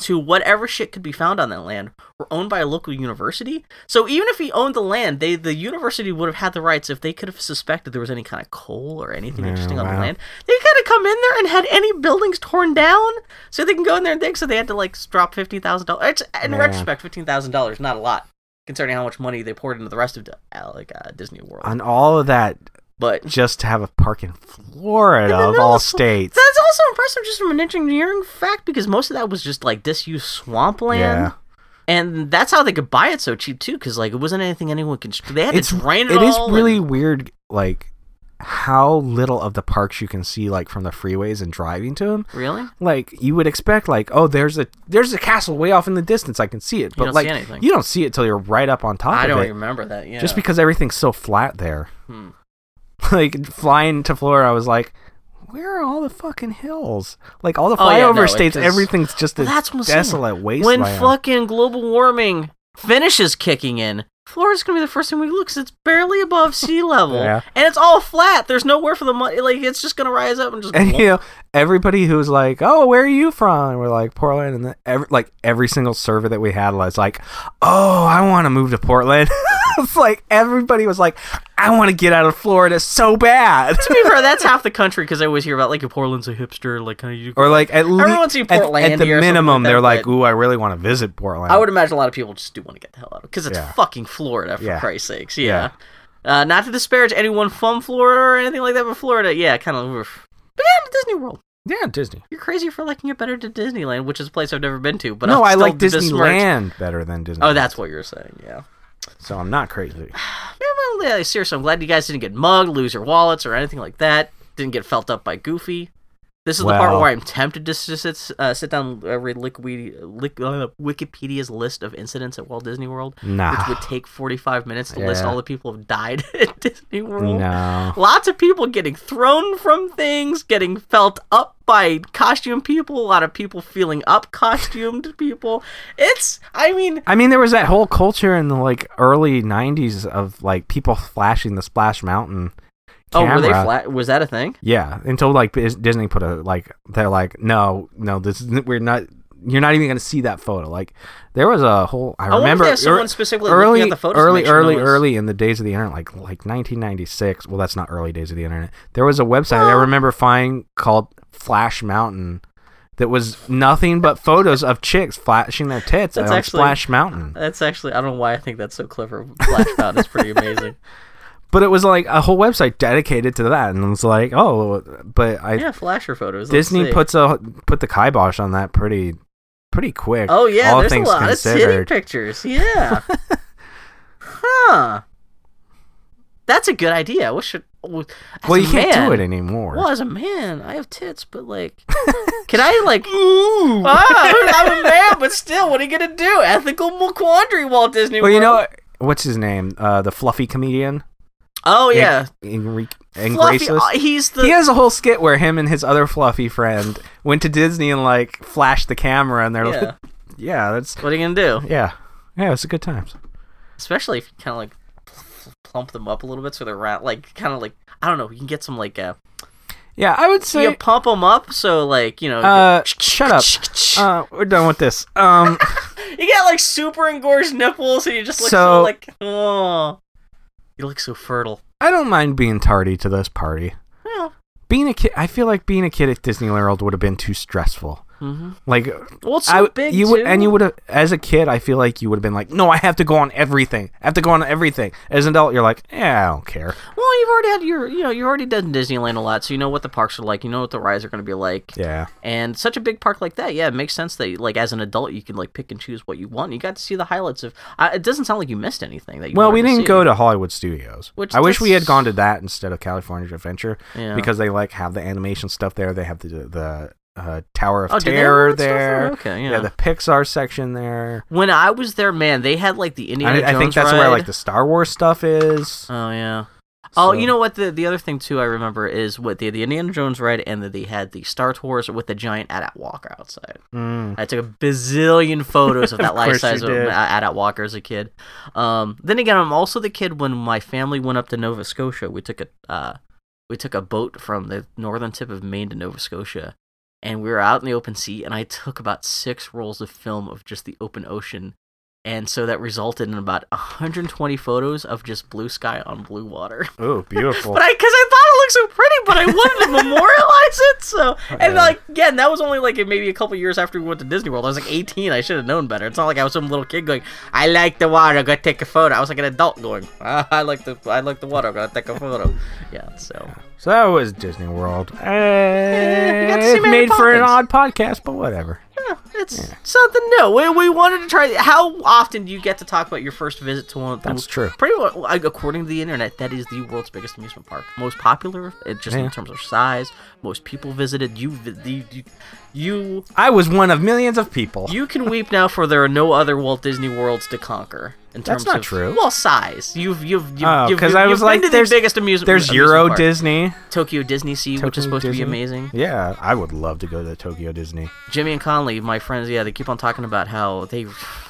S2: to whatever shit could be found on that land were owned by a local university. So even if he owned the land, they the university would have had the rights if they could have suspected there was any kind of coal or anything
S1: Yeah,
S2: interesting on the
S1: wow.
S2: land. They could have come in there and had any buildings torn down so they can go in there and dig. So they had to like drop fifteen thousand dollars. In
S1: Man.
S2: retrospect, fifteen thousand dollars not a lot concerning how much money they poured into the rest of uh, like uh, Disney World.
S1: And all of that
S2: but
S1: just to have a park in Florida
S2: In the
S1: of
S2: middle
S1: all
S2: of Fl-
S1: states.
S2: That's also impressive just from an engineering fact because most of that was just like disused swampland.
S1: Yeah.
S2: And that's how they could buy it so cheap too, because like it wasn't anything anyone could. They had
S1: It's
S2: to drain it,
S1: it is
S2: all
S1: really
S2: and-
S1: weird, like how little of the parks you can see, like from the freeways and driving to them.
S2: really. You
S1: Like you would expect, like oh, there's a there's a castle way off in the distance. I can see it, but
S2: don't
S1: like
S2: see anything.
S1: you don't see it till you're right up on top
S2: I
S1: of
S2: don't
S1: it.
S2: even remember that. Yeah.
S1: Just because everything's so flat there.
S2: Hmm.
S1: *laughs* like flying to Florida, I was like, where are all the fucking hills? Like all the
S2: Oh, yeah,
S1: flyover
S2: no, it
S1: states,
S2: just-
S1: everything's just
S2: Well,
S1: a
S2: that's what I'm saying.
S1: desolate wasteland.
S2: when fucking global warming finishes kicking in, Florida's gonna be the first thing we look 'cause it's barely
S1: *laughs*
S2: above sea level
S1: Yeah.
S2: and it's all flat. There's nowhere for the money. Like it's just gonna rise up and just.
S1: *laughs* *laughs* and you know everybody who's like, "Oh, where are you from?" And we're like Portland, and then every like every single server that we had was like, "Oh, I want to move to Portland." *laughs* it's like everybody was like, "I want to get out of Florida so bad," *laughs*
S2: to be fair, that's half the country because I always hear about like if Portland's a hipster, like kind of
S1: *laughs*
S2: you.
S1: or like at least
S2: Everyone's seen
S1: at, at
S2: Portlandia
S1: the
S2: or something
S1: minimum,
S2: like
S1: they're
S2: that,
S1: like,
S2: but-
S1: "Ooh, I really want to visit Portland."
S2: I would imagine a lot of people just do want to get the hell out of because it's
S1: Yeah.
S2: fucking Florida for
S1: Yeah.
S2: Christ's sakes. Yeah. Uh, not to disparage anyone from Florida or anything like that, but Florida, yeah, kind of. oof. But yeah, Disney World.
S1: yeah, Disney.
S2: You're crazy for liking it better to Disneyland, which is a place I've never been to. But
S1: no,
S2: i
S1: I like Disneyland better than Disney.
S2: Oh, that's what you're saying. Yeah.
S1: so I'm not crazy.
S2: Yeah, well, yeah, seriously, I'm glad you guys didn't get mugged, lose your wallets, or anything like that. Didn't get felt up by Goofy. This is the part
S1: Well-
S2: where I'm tempted to s- s- sit, uh, sit down uh, read Liquid, Lick, uh, Wikipedia's list of incidents at Walt Disney World, which
S1: Nah,
S2: would take 45 minutes to list
S1: Yeah.
S2: all the people who died *laughs* at Disney World.
S1: no.
S2: Lots of people getting thrown from things, getting felt up by costume people, a lot of people feeling up costumed people. It's, I mean,
S1: I mean, there was that whole culture in the like early '90s of like people flashing the Splash Mountain
S2: oh,
S1: camera.
S2: were they flat? Was that a thing?
S1: Yeah, until like Dis- Disney put a like they're like, no, no, this is, we're not. You're not even gonna see that photo. Like there was a whole. I,
S2: I wonder if
S1: remember
S2: they have someone
S1: ear-
S2: specifically
S1: early,
S2: looking at the photos to
S1: early,
S2: make sure no
S1: early,
S2: one's-
S1: early in the days of the internet, like like 1996. Well, that's not early days of the internet. There was a website I
S2: Well-
S1: remember finding called Flash Mountain. That was nothing but photos of chicks flashing their tits
S2: That's
S1: on
S2: actually-
S1: Splash Mountain.
S2: That's actually I don't know why I think that's so clever.
S1: *laughs*
S2: Flash Fountain is pretty amazing.
S1: But it was like a whole website dedicated to that, and it's like, oh, but I
S2: Yeah, flasher photos. let's
S1: Disney
S2: see.
S1: puts a put the kibosh on that pretty pretty quick.
S2: Oh yeah,
S1: all
S2: there's a
S1: things
S2: lot of titty
S1: considered. *laughs*
S2: pictures. Yeah. huh. That's a good idea. What should? Well, as
S1: well,
S2: a
S1: you can't
S2: man-
S1: do it anymore.
S2: Well, as a man, I have tits, but
S1: *laughs*
S2: like, can I like? *laughs*
S1: Ooh.
S2: Ah, I'm a man, but still, what are you gonna do? Ethical quandary, Walt Disney.
S1: well, you
S2: World.
S1: know what- what's his name? Uh, the fluffy comedian.
S2: Oh yeah,
S1: Enrique
S2: Fluffy.
S1: Ingraceless.
S2: uh, He's the
S1: He has a whole skit where him and his other fluffy friend went to Disney and like flashed the camera, and they're
S2: Yeah.
S1: like, yeah, that's
S2: What are you gonna do?
S1: yeah, yeah. It's a good times.
S2: Especially if you kind of like plump them up a little bit so they're round, like kind of like I don't know. You can get some like uh,
S1: Yeah, I would
S2: you
S1: say.
S2: pump them up so like you know.
S1: Uh, shut up. Uh, we're done with this. Um, *laughs*
S2: You got like super engorged nipples, and you just look so,
S1: So-
S2: like, oh, you look so fertile.
S1: I don't mind being tardy to this party.
S2: Well,
S1: Being a kid, I feel like being a kid at Disney World would have been too stressful.
S2: mm-hmm.
S1: Like
S2: well, it's so
S1: I, would-
S2: big
S1: you would,
S2: too.
S1: and you would have, as a kid, I feel like you would have been like, no, I have to go on everything. I have to go on everything. As an adult, you're like, yeah, I don't care.
S2: Well, you've already had your, you know, you've already done Disneyland a lot, so you know what the parks are like. You know what the rides are going to be like.
S1: Yeah,
S2: And such a big park like that, yeah, it makes sense that like as an adult you can like pick and choose what you want. You got to see the highlights of. Uh, it doesn't sound like you missed anything that you.
S1: Well, we
S2: wanted
S1: didn't
S2: to
S1: go to Hollywood Studios.
S2: Which
S1: I wish we had
S2: that's-
S1: gone to that instead of California Adventure
S2: Yeah.
S1: because they like have the animation stuff there. They have the the uh, Tower of
S2: Oh, did they have
S1: Terror
S2: that stuff there?
S1: there.
S2: Okay,
S1: yeah.
S2: yeah.
S1: the Pixar section there.
S2: When I was there, man, they had like the Indiana
S1: I, I
S2: Jones
S1: think that's
S2: ride.
S1: where like the Star Wars stuff is.
S2: Oh yeah. Oh,
S1: So-
S2: you know what? The the other thing too I remember is what the the Indiana Jones ride, and that they had the Star Tours with the giant Adat Walker outside.
S1: Mm.
S2: I took a bazillion
S1: *laughs*
S2: photos of that
S1: Of
S2: life
S1: course
S2: size
S1: you
S2: of
S1: did.
S2: Adat Walker as a kid. Um, then again, I'm also the kid when my family went up to Nova Scotia. We took a uh, we took a boat from the northern tip of Maine to Nova Scotia, and we were out in the open sea. And I took about six rolls of film of just the open ocean, and so that resulted in about 120 photos of just blue sky on blue water.
S1: Oh, beautiful.
S2: But I, because I thought it looked so pretty, but I wanted to
S1: *laughs*
S2: memorialize it. So,
S1: Yeah.
S2: and like again, that was only like maybe a couple years after we went to Disney World. I was like 18. I should have known better. It's not like I was some little kid going, "I like the water. Go take a photo." I was like an adult going, *laughs* "Ah, "I like the I like the water. Go take
S1: *laughs*
S2: a photo." Yeah. So
S1: so that was Disney World.
S2: you got to
S1: Eh,
S2: see Mary
S1: made for an odd
S2: Poppins.
S1: podcast, but whatever.
S2: yeah, it's something new. We, we wanted to try. How often do you get to talk about your first visit to one?
S1: That's true.
S2: Pretty much, like, according to the internet, that is the world's biggest amusement park. Most popular, it, just
S1: Yeah.
S2: in terms of size. Most people visited. You, vi- you, you, you,
S1: I was one of millions of people.
S2: you can weep now for there are no other Walt Disney worlds to conquer. In
S1: That's
S2: terms
S1: not
S2: of,
S1: true.
S2: Well, size. You've, you've, you've,
S1: Oh,
S2: you've,
S1: 'cause
S2: you've,
S1: I was
S2: been
S1: like,
S2: to
S1: there's-
S2: the biggest amuse- amusement.
S1: There's Euro
S2: park.
S1: Disney.
S2: Tokyo Disney Sea, which
S1: Tokyo
S2: is supposed to be
S1: Disney?
S2: amazing.
S1: Yeah, I would love to go to Tokyo Disney.
S2: Jimmy and Conley, my friends, yeah, they keep on talking about how they.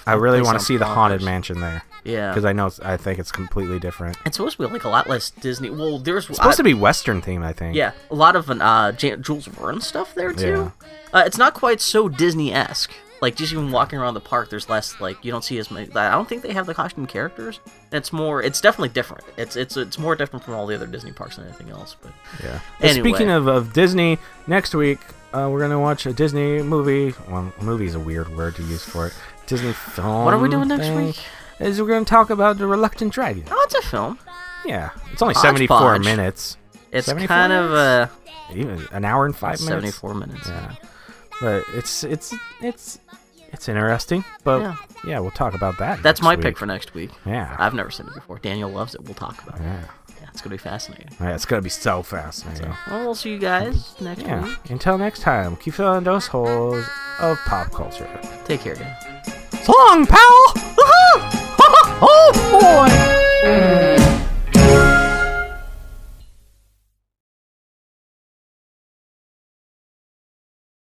S1: I really
S2: they
S1: want
S2: sound
S1: to see the haunted
S2: bonkers.
S1: mansion there
S2: Yeah.
S1: because I know it's, I think it's completely different.
S2: It's supposed to be like a lot less Disney. Well, there's uh,
S1: It's supposed to be Western themed, I think.
S2: yeah, a lot of an, uh, Jan- Jules Verne stuff there too. Uh, it's not quite so Disney esque. Like just even walking around the park, there's less like you don't see as many. I don't think they have the costume characters. It's more. It's definitely different. It's it's it's more different from all the other Disney parks than anything else. But
S1: Yeah.
S2: Anyway.
S1: Speaking of, of Disney, next week uh, we're gonna watch a Disney movie. Well, movie is a weird word to use for it. Disney film.
S2: what are we doing next
S1: thing
S2: week?
S1: Is we're gonna talk about the Reluctant Dragon.
S2: Oh, it's a film.
S1: Yeah, it's only
S2: Hodgepodge.
S1: seventy-four minutes,
S2: It's
S1: 74
S2: kind of a
S1: even an hour and five
S2: seventy
S1: minutes.
S2: four minutes.
S1: Yeah, but it's it's it's it's interesting. But
S2: Yeah.
S1: yeah, we'll talk about that.
S2: That's
S1: next
S2: my
S1: week.
S2: pick for next week.
S1: Yeah.
S2: I've never seen it before. Daniel loves it. We'll talk about it.
S1: yeah.
S2: Yeah, it's gonna be fascinating.
S1: Yeah, it's gonna be so fascinating.
S2: Well, we'll see you guys next
S1: Yeah.
S2: week.
S1: Until next time, keep filling those holes of pop culture.
S2: Take care, guys. *laughs*
S1: Song, pal! Woohoo! oh boy!